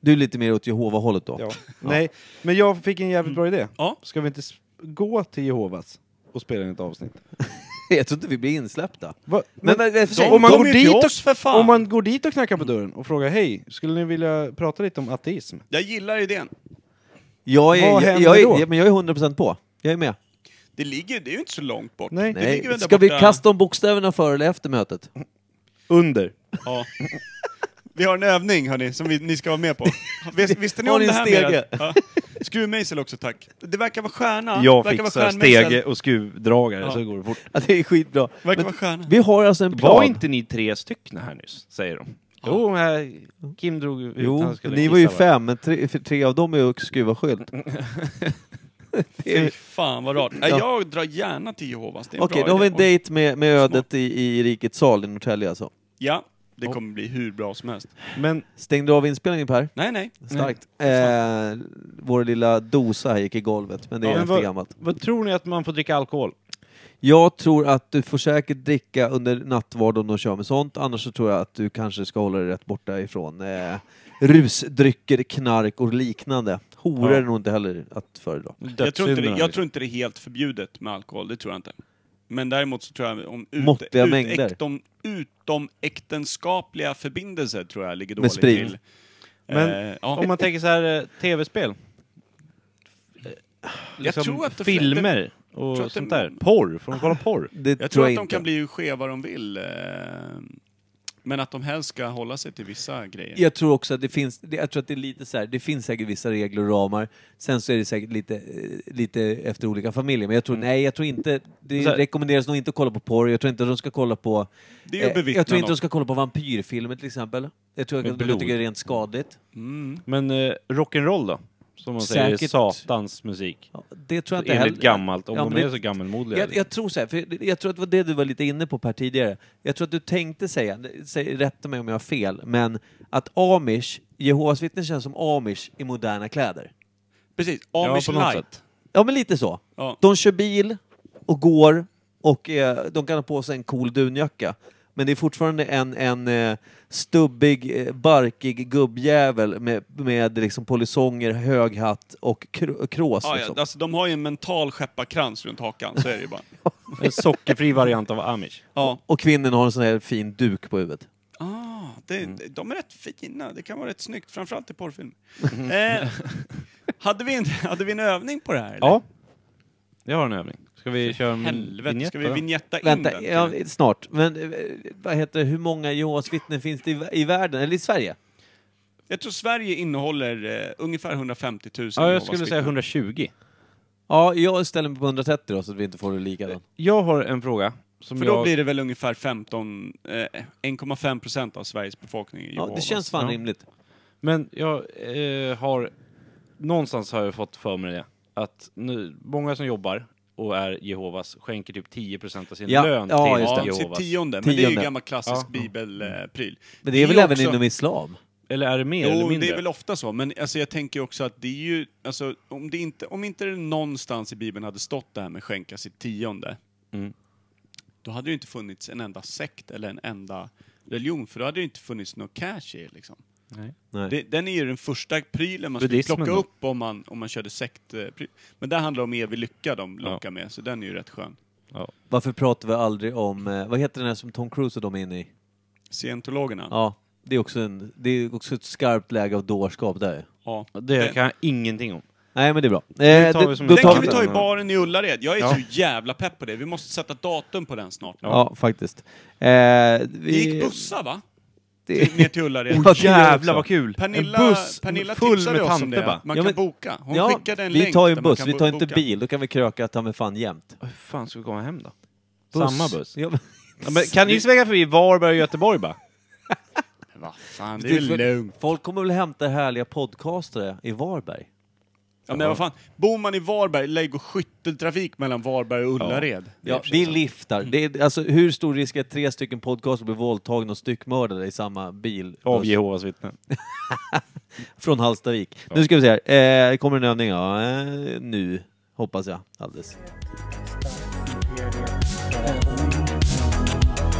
Du är lite mer åt Jehova-hållet då? Ja. Nej, men jag fick en Mm. jävligt bra idé. Ja. Ska vi inte s- gå till Jehovas och spela in ett avsnitt? Jag tror inte vi blir insläppta. Va? Men, men, men, om, man går kommer ju till dit och, oss, för fan. om man går dit och knackar på dörren och frågar hej, skulle ni vilja prata lite om ateism? Jag gillar idén. Jag är, Vad jag, händer jag, då? är, ja, men jag är 100% på. Jag är med. Det, ligger, det är ju inte så långt bort. Nej. Det ligger Nej. väl där Ska vi borta. kasta om bokstäverna före eller efter mötet? Under. Ja. Vi har en övning hörni, som vi, ni ska vara med på. Vis, visste ni Har om ni det en här med... stege? Ja. Skruvmejsel också tack. Det verkar vara stjärna. Jag verkar vara fixar stjärnmejsel. stege och skruvdragare Ja. så går det fort. Ja, det är skitbra. Verkar Men vara stjärna. vi har alltså en plan. Var inte ni tre stycken här nyss, säger de. Jo, här, Kim drog ut Jo, han skulle ni var ju gissa vad- fem, men tre, för tre av dem är ju att skruva skylt. Det är- Fy fan vad rart. Nej, Ja. Jag drar gärna till Jehovas, det är en Okej, bra då har vi idé. en dejt med, med ödet i, i Rikets sal i Norrtälje alltså. Ja, Det kommer bli hur bra som helst. Men Stängde du av inspelningen Per? Nej, nej. Starkt. Eh, vår lilla dosa här gick i golvet, men det är Ja, men efter vad- gammalt. vad tror ni att man får dricka alkohol? Jag tror att du får säkert dricka under nattvard om de kör med sånt, annars så tror jag att du kanske ska hålla dig rätt borta ifrån eh, rusdrycker, knark och liknande. Horor är nog inte heller att föredra. Jag tror, inte det, Dödssynderna, jag tror inte det är helt förbjudet med alkohol, det tror jag inte. Men däremot så tror jag om ut, Måttliga mängder. utom, utom äktenskapliga förbindelser tror jag ligger dåligt sprit. till. Men Eh, ja. Om man tänker så här, eh, tv-spel. Eh, Liksom tror att det- filmer och tror att det- sånt där. Porr, får de kolla porr? Det Jag tror tror jag att de inte. kan bli hur skeva de vill. eh, Men att de helst ska hålla sig till vissa grejer. Jag tror också att det finns, det- jag tror att det är lite så här, det finns säkert vissa regler och ramar, sen så är det säkert lite, eh, lite efter olika familjer, men jag Mm. tror, nej jag tror inte, det Så här- rekommenderas nog inte att kolla på porr, jag tror inte de ska kolla på Det är ju att Eh, bevittna Jag tror inte de något. ska kolla på vampyrfilmer till exempel. Jag tror att de blod. tycker det är rent skadligt. Mm. Men eh, rock'n'roll då? Som man säger, Säkert. satans musik. Ja, det tror jag inte Enligt heller- gammalt, om Ja, de men är det- så gammelmodiga. jag, jag tror så här, för jag tror att det var det du var lite inne på Per tidigare. Jag tror att du tänkte säga, säg, rätta mig om jag har fel, men att amish, Jehovas vittnen känns som amish i moderna kläder. Precis, ja, Amish på något Light. sätt. Ja men lite så. Ja. De kör bil och går och eh, de kan ha på sig en cool dunjacka. Men det är fortfarande en, en eh, stubbig, eh, barkig gubbjävel med, med liksom polisonger, hög hatt och kr- krås. Ja, liksom. ja, alltså, de har ju en mental skepparkrans runt hakan, så är det ju bara. En sockerfri variant av amish. Ja. Och kvinnan har en sån här fin duk på huvudet. Ah, det, Mm. De är rätt fina, det kan vara rätt snyggt, framförallt i porrfilm. Mm. eh, hade, vi en, hade vi en övning på det här? eller? Ja. Jag har en övning. Ska vi köra en Helvete, vignett ska på vi den? vignetta in Vänta, den? ja, snart. Men eh, vad heter det, hur många Jehovas vittnen finns det i, vä- i världen, eller i Sverige? Jag tror Sverige innehåller eh, ungefär 150 000 Ja, jag Jehovas skulle vittnen. säga 120. Ja, jag ställer mig på 130 då så att vi inte får det likadant. Jag har en fråga. Som För jag... då blir det väl ungefär 15, eh, 1,5 procent av Sveriges befolkning i Ja, det känns fan Ja. rimligt. Men jag eh, har... Någonstans har jag fått för mig det. Att nu, många som jobbar och är Jehovas skänker typ 10% av sin Ja, lön ja, till just det. Ja, sitt Jehovas. tionde, men det är ju Tionde. gammal klassisk eh, Ja. bibelpryl. Men det är väl även också- inom islam? Eller är det mer eller Jo, mindre? det är väl ofta så, men alltså, jag tänker ju också att det är ju, alltså, om, det inte, om inte det någonstans i Bibeln hade stått det här med skänka sitt tionde, Mm. då hade det ju inte funnits en enda sekt eller en enda religion, för då hade det ju inte funnits någon cash i liksom. Nej. Nej. Det, den är ju den första prylen man skulle Buddhismen plocka då? upp om man, om man körde sekt. eh, pryl. Men där handlar det om evig lycka de lockar med, så den är ju rätt skön. Varför pratar vi aldrig om, eh, vad heter den här som Tom Cruise och de är inne i? Scientologerna. Ja, det är också, en, det är också ett skarpt läge av dårskap där. Ja. Det kan jag ingenting om. Nej men det är bra. Eh, tar vi det- som då en- Den tar kan vi vi ta i den. baren i Ullared. Jag är så jävla pepp på det. Vi måste sätta datum på den snart. Ja, faktiskt. Eh, Vi vi, gick bussar va? det- Till- Ner till Ullared. Ja, det gör jag också. Jävlar vad kul! Pernilla, en buss Pernilla full tipsade med oss om tanter det. bara. att Man Ja, kan men- boka. Hon ja, skickade en vi länk tar ju där en man buss, kan vi bo- tar inte boka. bil, då kan vi kröka ta med fan jämt. Hur fan ska vi komma hem då? Buss. Samma buss? Ja, men, Ja, men kan ni svänga förbi Varberg och Göteborg bara? Va fan, det är väl lugnt. folk kommer väl hämta härliga podcastare i Varberg? Ja, men vad fan. Bor man i Varberg, lägg och skytteltrafik mellan Varberg och Ullared. Det är i Ja, och för sig vi sant. liftar. Det är, alltså, hur stor risk är att tre stycken podcaster blir våldtagna och styckmördade i samma bil? Av Jehovas vittnen. Från Hallstavik. Nu ska vi se här. Eh, det kommer en övning? Ja, eh, nu. Hoppas jag. Alldeles.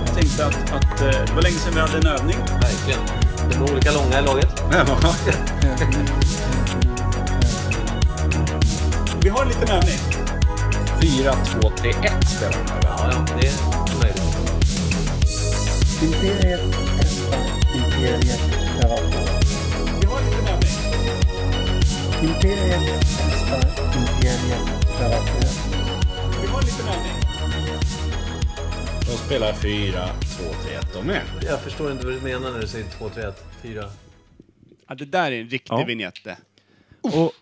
Jag tänkte att, att eh, det var länge sedan vi hade en övning. Verkligen. De är olika långa i laget. Vi har en liten övning. 4, 2, 3, 1 spelar de här. Ja, ja, det är möjligt. Vi har en liten övning. Vi har en liten övning. De spelar 4, 2, 3, 1 de med. Jag förstår inte vad du menar när du säger 2, 3, 1, 4. Ja, det där är en riktig Ja. vignett det. Och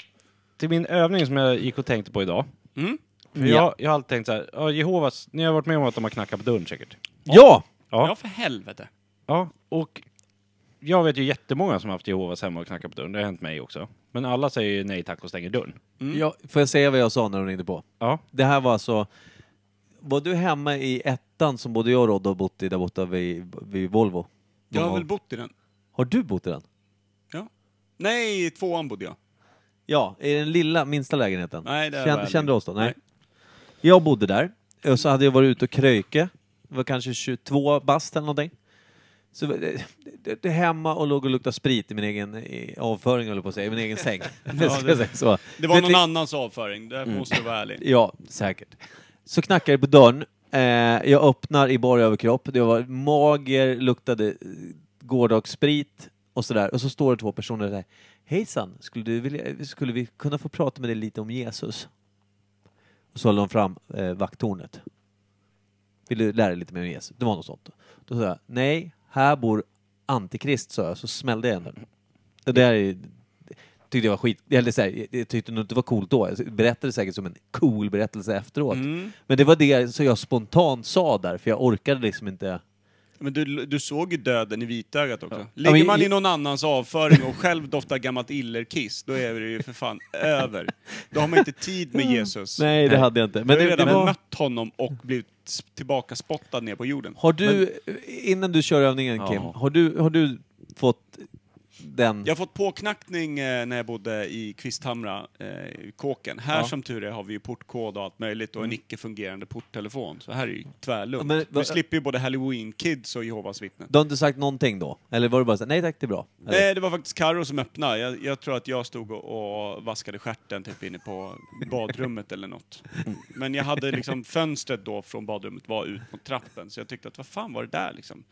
till min övning som jag gick och tänkte på idag. Mm. För jag, jag har alltid tänkt så här, ja, Jehovas, ni har varit med om att de har knackat på dörren säkert. Ja! Ja. Ja, för helvete. Ja, och jag vet ju jättemånga som har haft Jehovas hemma och knackat på dörren. Det har hänt mig också. Men alla säger ju nej tack och stänger dörren. Mm. ja! Får jag säga vad jag sa när de ringde på? Ja. Det här var alltså... Var du hemma i ettan som både jag och Rodde har bott i där borta vid, vid Volvo? Jag har Ja. väl bott i den? Har du bott i den? Ja. Nej, i tvåan bodde jag. Ja, i den lilla, minsta lägenheten. Nej, det har jag Kände, aldrig. kände du oss då? Nej. Nej. Jag bodde där. Och så hade jag varit ute och kröke. Det var kanske 22 bast eller någonting. Så var det, det, det hemma och låg och luktade sprit i min egen i avföring, höll jag på att säga, i min egen säng. det ska jag säga så. Det var Vet någon ni- annans avföring, det måste jag vara ärlig. Ja, säkert. Så knackar det på dörren. Eh, jag öppnar i bar överkropp. Det var mager, luktade eh, gårdagssprit och sådär. Och så står det två personer där. Hejsan, skulle, du vilja, skulle vi kunna få prata med dig lite om Jesus? Och så håller de fram eh, vakttornet. Vill du lära dig lite mer om Jesus? Det var något sånt. Då sa jag, nej, här bor Antikrist, sa jag. Så smällde jag ändå. Det där är ju tyckte jag var skit, eller så här, jag tyckte nog inte det var coolt då. Jag berättade det säkert som en cool berättelse efteråt. Mm. Men det var det som jag spontant sa där, för jag orkade liksom inte. Men du, du såg ju döden i vitögat också. Ja, Ligger men- man i någon annans avföring och själv doftar gammalt illerkiss, då är det ju för fan över. Då har man inte tid med Jesus. Nej, det hade jag inte. Men Men du har det, ju det redan var... mött honom och blivit s- tillbakaspottad ner på jorden. Har du, innan du kör övningen Kim, Ja. har du, har du fått den? Jag har fått påknackning eh, när jag bodde i Kvisthamra, eh, i kåken. Här som tur är har vi ju portkod och allt möjligt och en icke-fungerande porttelefon. Så här är ju tvärlugnt. Mm. Men vad- vi slipper ju både Halloween Kids och Jehovas vittnen. Du har inte sagt någonting då? Eller var det bara så här, nej tack det är bra? Eller? Nej, det var faktiskt Karo som öppnade. Jag, jag tror att jag stod och, och vaskade stjärten typ inne på badrummet eller något. Men jag hade liksom fönstret då från badrummet var ut mot trappen, så jag tyckte att vad fan var det där liksom?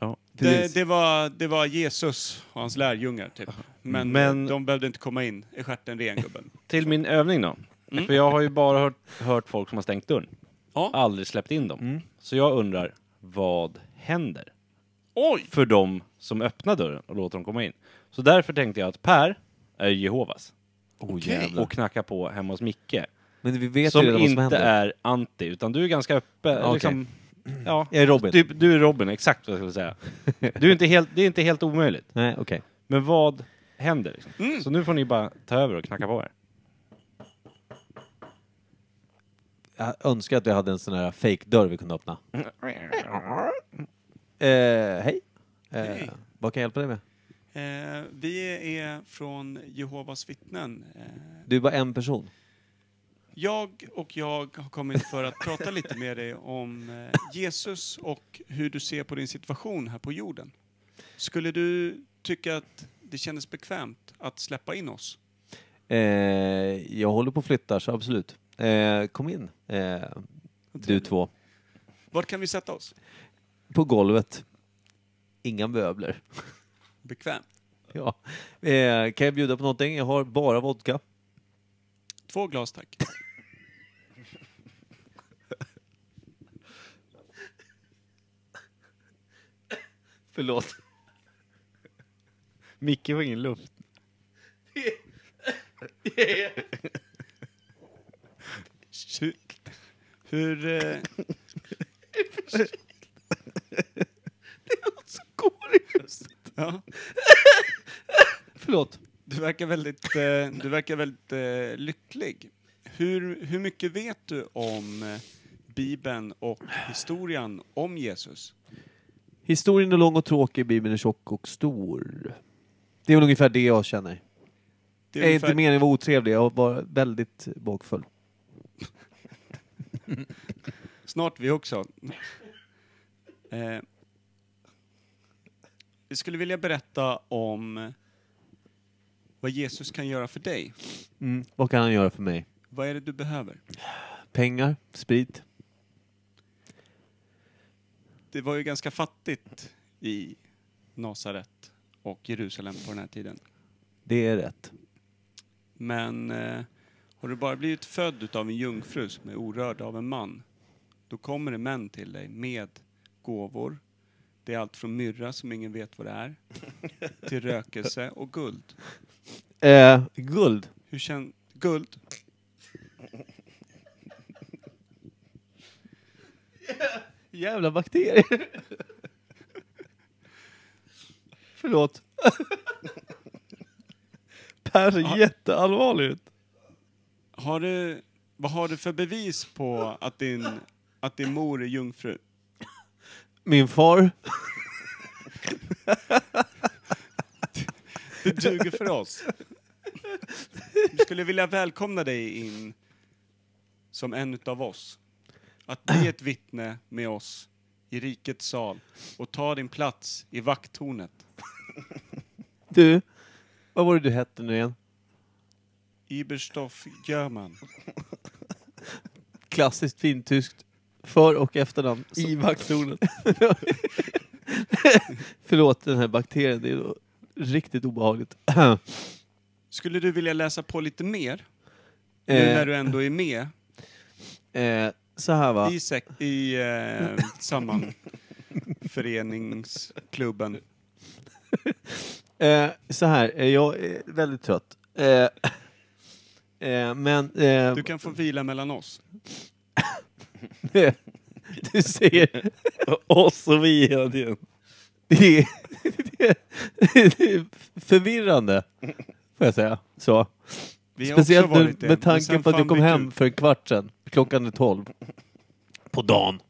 Ja, det, det, var, det var Jesus och hans lärjungar typ. Men, Men- de behövde inte komma in. Är stjärten ren gubben? Till min övning då. För jag har ju bara hört, hört folk som har stängt dörren. Ja. Aldrig släppt in dem. Så jag undrar, vad händer? Oj! För dem som öppnar dörren och låter dem komma in. Så därför tänkte jag att Per är Jehovas. Okej. jävlar. Och knackar på hemma hos Micke. Men vi vet som ju redan vad som inte händer. är anti, utan du är ganska öppen. Okej. Liksom, ja, Jag är Robin. Du, du är Robin, exakt vad jag skulle säga. Du är inte helt, det är inte helt omöjligt. Nej, okej. Men vad händer? Liksom? Mm. Så nu får ni bara ta över och knacka på här. Jag önskar att jag hade en sån här fake dörr vi kunde öppna. Mm. Eh, hej. Eh, Hej. Vad kan jag hjälpa dig med? Eh, vi är från Jehovas vittnen. Eh, Du är bara en person. Jag och jag har kommit för att prata lite med dig om eh, Jesus och hur du ser på din situation här på jorden. Skulle du tycka att det kändes bekvämt att släppa in oss? Eh, jag håller på att flytta, så absolut. Eh, kom in, eh, du två. Vart kan vi sätta oss? På golvet. Inga möbler. Bekvämt. ja. eh, kan jag bjuda på någonting? Jag har bara vodka. Två glas tack. Förlåt. Micke får ingen luft. Hur... hur eh, ja, Förlåt. du verkar väldigt, eh, du verkar väldigt eh, lycklig. Hur, hur mycket vet du om eh, Bibeln och historien om Jesus? Historien är lång och tråkig, Bibeln är tjock och stor. Det är väl ungefär det jag känner. Det Jag är inte meningen att vara otrevlig, jag var väldigt bakfull. Snart vi också. Eh, vi skulle vilja berätta om vad Jesus kan göra för dig. Mm. Vad kan han göra för mig? Vad är det du behöver? Pengar, sprit. Det var ju ganska fattigt i Nasaret och Jerusalem på den här tiden. Det är rätt. Men eh, har du bara blivit född utav en jungfru som är orörd av en man, då kommer det män till dig med gåvor. Det är allt från myrra, som ingen vet vad det är, till rökelse och guld. Eh, guld. Hur känns... Guld? Jävla bakterier. Förlåt. Per ser jätteallvarlig ut. Har du... Vad har du för bevis på att din, att din mor är jungfru? Min far. Det duger för oss. Vi skulle vilja välkomna dig in som en utav oss. Att bli ett vittne med oss i rikets sal och ta din plats i vakttornet. Du, vad var det du hette nu igen? Iberstoff Görman. Klassiskt fintyskt för och efternamn. I vakttornet. Förlåt den här bakterien, det är då riktigt obehagligt. Eh, Skulle du vilja läsa på lite mer? Nu när eh, du ändå är med eh, så här va. i, sek- i eh, sammanföreningsklubben. Eh, så här, eh, jag är väldigt trött. Eh, eh, men... Eh, Du kan få vila mellan oss. du säger... Och så vi hela tiden. Det är, det, är, det är förvirrande, får jag säga. Så. Vi har Speciellt också nu varit det, med men sen tanken på att du fann kom vi hem ut. för en kvart sedan. Klockan är tolv. På dagen.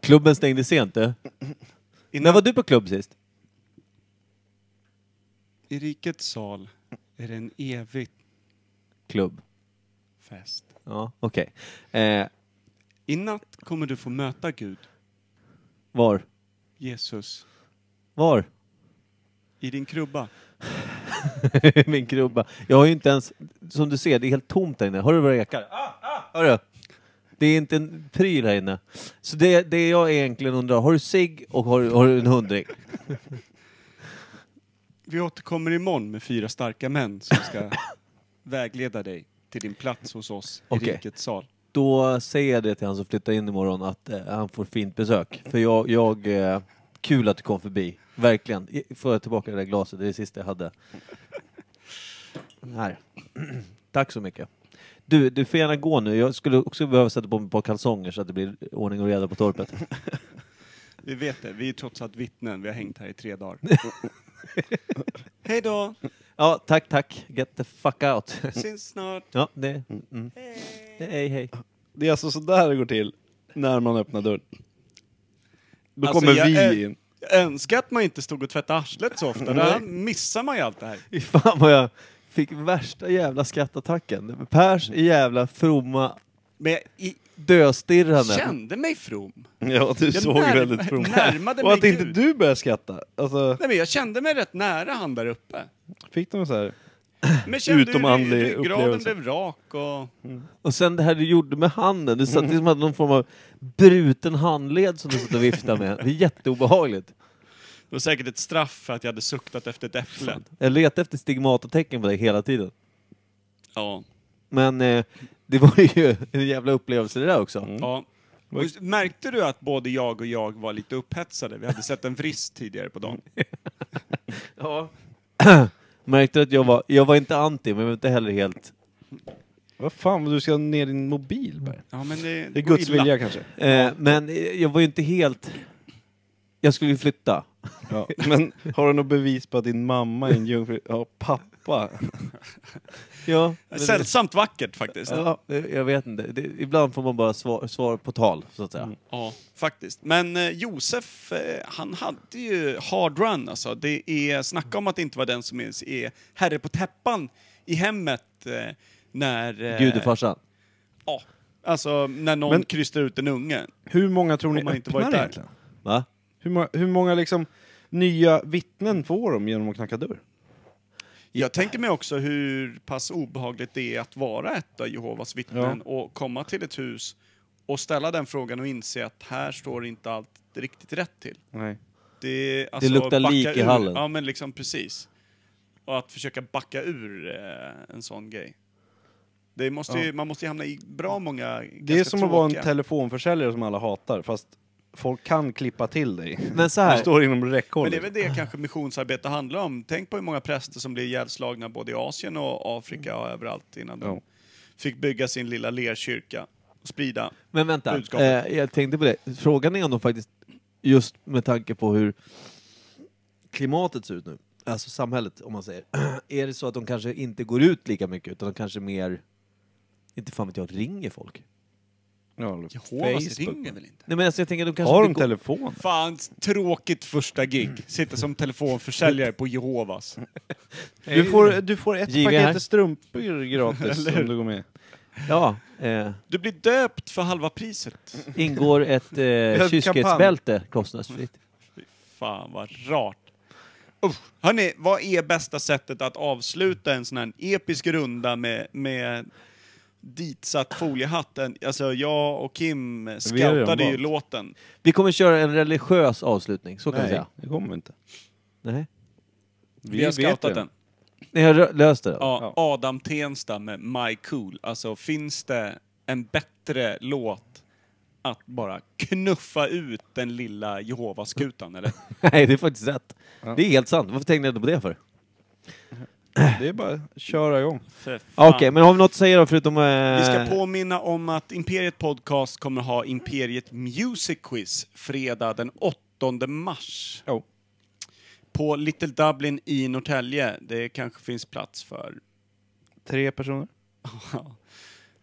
Klubben stängde sent du. När var du på klubb sist? I rikets sal är det en evig Klubb. fest. Ja, okej. Eh, I natt kommer du få möta Gud, var? Jesus, Var? i din krubba. Min krubba. Jag har ju inte ens... Som du ser, det är helt tomt där inne. Hör du vad det ekar? Hör du? Det är inte en pryl här inne. Så det, det jag egentligen undrar, har du cigg och har, du- har du en hundring? Vi återkommer imorgon med fyra starka män som ska vägleda dig till din plats hos oss i Okej. rikets sal. Då säger jag det till han som flyttar in imorgon att eh, han får fint besök. För jag, jag eh, kul att du kom förbi. Verkligen. I- Får jag tillbaka det där glaset? Det är det sista jag hade. Här. Tack så mycket. Du, du får gärna gå nu. Jag skulle också behöva sätta på mig ett par kalsonger så att det blir ordning och reda på torpet. Vi vet det, vi är trots allt vittnen, vi har hängt här i tre dagar. Hej då, Ja, tack, tack. Get the fuck out. syns snart. Ja, det... Mm. Hej, hej. Det är alltså sådär det går till när man öppnar dörren. Då Alltså, kommer jag är- vi in. Jag önskar att man inte stod och tvättade arslet så ofta, då missar man ju allt det här. Fy fan vad jag fick värsta jävla skrattattacken. Pers jävla fromma Men jag i, döstirrande. kände mig from. Ja, du Jag såg när- väldigt from närmade Och mig att inte Gud. du började skratta. Alltså, Nej men jag kände mig rätt nära han där uppe. fick de så här. Men kände Utomandlig hur ryggraden upplevelse. blev rak och... Och sen det här du gjorde med handen, du Mm. satt liksom hade någon form av bruten handled som du satt och viftade med. Det är jätteobehagligt. Det var säkert ett straff för att jag hade suktat efter ett äpple. Jag letade efter stigmatatecken på dig hela tiden. Ja. Men eh, det var ju en jävla upplevelse det där också. Mm. ja. Och märkte du att både jag och jag var lite upphetsade? Vi hade sett en vrist tidigare på dagen. Ja. Märkte du att jag var, jag var inte anti, men jag var inte heller helt... Vad fan, du ska ner din mobil Berg. Ja, men det, Det är går Guds illa. vilja kanske. Eh, men eh, jag var ju inte helt... Jag skulle ju flytta. Ja. Men har du något bevis på att din mamma är en jungfru? Ja, pappa. Ja, Sällsamt vackert faktiskt. Ja. ja, eh, jag vet inte. Det, ibland får man bara svar, svar på tal, så att säga. faktiskt. Men eh, Josef, eh, han hade ju hard run alltså. Det är, snacka om att inte vara den som ens är herre på täppan i hemmet eh, när... eh, Gudefarsan. Ja. Alltså, när någon Men- krystar ut en unge. Hur många tror ni Har man inte öppnar varit där? egentligen? Va? Hur, många- hur många liksom nya vittnen får de genom att knacka dörr? Jag tänker mig också hur pass obehagligt det är att vara ett av Jehovas vittnen och komma till ett hus och ställa den frågan och inse att här står inte allt riktigt rätt till. Nej. Det, alltså, luktar backa lik i ur- hallen. Ja, men liksom precis. Och att försöka backa ur eh, en sån grej. Det måste ju, Man måste ju hamna i bra många Det är som att vara en telefonförsäljare som alla hatar, fast folk kan klippa till dig. Men så Du här. står inom Men räckhåll. det är väl det kanske missionsarbete handlar om. Tänk på hur många präster som blev ihjälslagna både i Asien och Afrika och överallt innan de Ja. fick bygga sin lilla lerkyrka och sprida. Men vänta, budskapet. eh, jag tänkte på det. Frågan är om de faktiskt, just med tanke på hur klimatet ser ut nu, alltså samhället om man säger, är det så att de kanske inte går ut lika mycket utan de kanske mer, inte fan vet jag, ringer folk? Ja, Jehovas Facebook. ringer väl inte? Nej men alltså jag tänker, de kanske Har inte de går- telefon? Fan, tråkigt första gig. Sitta som telefonförsäljare på Jehovas. Du får, du får ett JV här. paket strumpor gratis om du går med. Ja, eh, Du blir döpt för halva priset. ingår ett eh, kampanj. kyskhetsbälte kostnadsfritt. Fan vad rart. Usch. Hörni, vad är bästa sättet att avsluta en sån här episk runda med, med ditsatt foliehatten? Alltså jag och Kim scoutade ju valt. låten. Vi kommer köra en religiös avslutning, så kan vi Nej, säga. det kommer vi inte. Nej. Vi, har vet scoutat det. den. Ni har rö- löst det då? Ja, Adam Tensta med My Cool. Alltså finns det en bättre låt att bara knuffa ut den lilla Jehovaskutan eller? Nej, det är faktiskt rätt. Det är helt sant. Varför tänkte jag inte på det för? Det är bara att köra igång. För Ja, fan. Okej, men har vi något att säga då förutom... Eh, Vi ska påminna om att Imperiet Podcast kommer ha Imperiet Music Quiz fredag den 8 mars. Oh. Ja. På Little Dublin i Norrtälje. Det kanske finns plats för... Tre personer.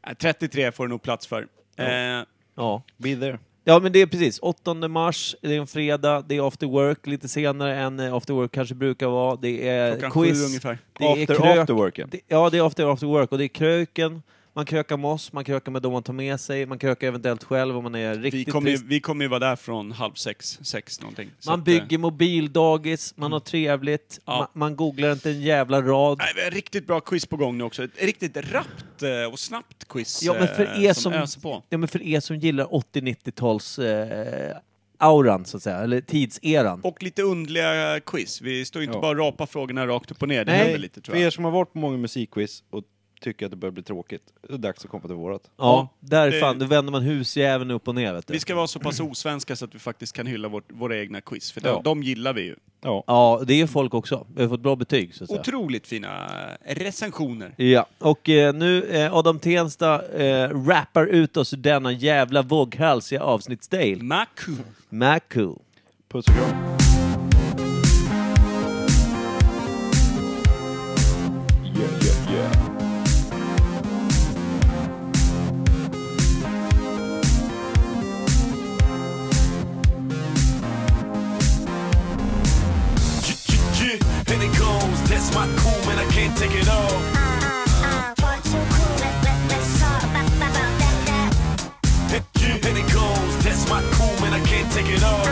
Nej, 33 får det nog plats för. Oh. Eh, Ja. Be there. ja, men det är precis. 8 mars, det är en fredag, det är after work lite senare än eh, after work kanske brukar vara. Det är klockan sju Eh, quiz. ungefär. Det är after krök- after worken. Det, ja, det är after, after work och det är kröken. Man krökar med oss, man krökar med de man tar med sig, man krökar eventuellt själv om man är Vi riktigt kommer, ju, trist. vi kommer ju vara där från halv sex, sex någonting. Så Man att, eh, mm. bygger mobildagis, man har trevligt, Ja. ma- man googlar inte en jävla rad. Nej, vi har ett riktigt bra quiz på gång nu också. Ett riktigt rappt eh, och snabbt quiz Ja men, för eh, er som som, öser på. ja, men för er som gillar 80-90-tals eh, auran, så att säga, eller tidseran. Och lite underliga quiz. Vi står ju inte Ja. bara och rapar frågorna rakt upp och ner. Det Nej, händer lite tror För er jag. som har varit på många musikquiz och tycker att det börjar bli tråkigt, det är dags att komma till vårat. Ja, där det- fan, då vänder man husjäveln upp och ner vet du. Vi ska vara så pass osvenska så att vi faktiskt kan hylla vårt, våra egna quiz. För Ja. de, de gillar vi ju. Ja, det är folk också. Vi har fått bra betyg, så att säga. Otroligt fina recensioner. Ja, och eh, nu eh, Adam Tensta eh, rappar ut oss ur denna jävla våghalsiga avsnittsdel. Maku. Maku. Puss och kram. And it goes, that's my cool man, I can't take it off. And it goes, that's my cool man, I can't take it off.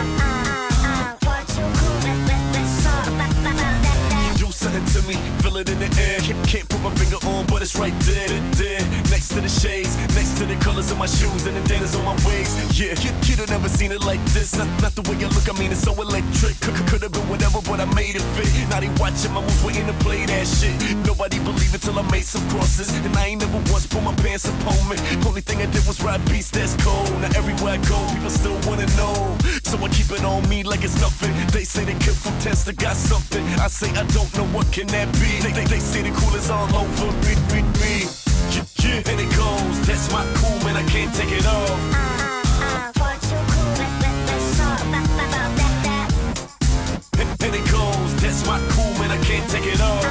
You do something to me, feel it in the air. Can't, can't put my finger on, but it's right there, there. Next to the shades, next to the colors of my shoes and the dangers on my waist. Yeah, kid, kid have never seen it like this. Not, not the way I look, I mean it's so electric. Could, could have been whatever, but I made it fit. Now they watching my moves, waiting to play that shit. Nobody believe it till I made some crosses, and I ain't never once put my pants upon me. Only thing I did was ride beats that's cold. Now everywhere I go, people still wanna know. So I keep it on me like it's nothing. They say they killed from Tesla got something. I say I don't know what can that be. They, they, they say the cool is all over me, me, me. Yeah, yeah. And it goes, that's my cool man, I can't take it off. And, and it goes, that's my cool man, I can't take it off.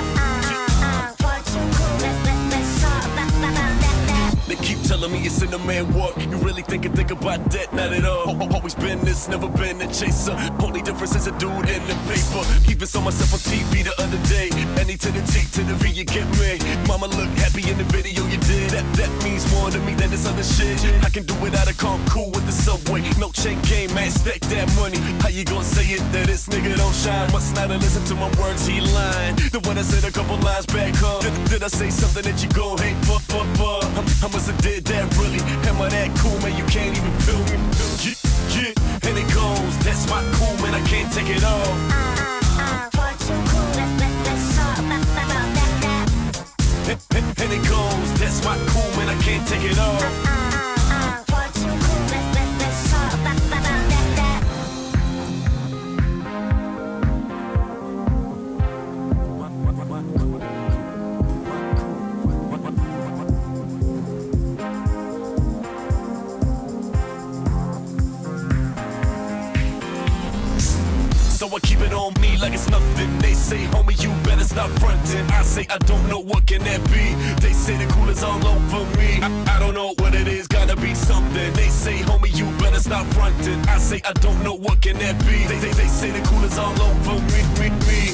They keep telling me it's in the man walk. You really think and think about that? Not at all. Al- Always been this, never been a chaser. Only difference is a dude in the paper. Even saw myself on TV the other day. Any to the T to the V, you get me. Mama look happy in the video you did. That, that means more to me than this other shit. I can do it out of calm, cool with the subway. No check game, man, stack that money. How you gonna say it that this nigga don't shine? Must not have listened to my words, he lying. The one I said a couple lines back home. Did, did I say something that you gon' hate? Fuck, fuck, fuck. I, I must have did that really. Am I that cool, man? You can't even feel me. Yeah, yeah. And it goes, that's my cool, man. I can't take it off. And, and, and it goes, that's my cool, man. I can't take it off. So I keep it on me like it's nothing. They say, homie, you better gotta stop fronting. I say I don't know what can that be. They say the cool is all over me. I, I don't know what it is, gotta be something. They say, homie, you better stop fronting. I say I don't know what can that be. They, they, they say the cool is all over me, me, me.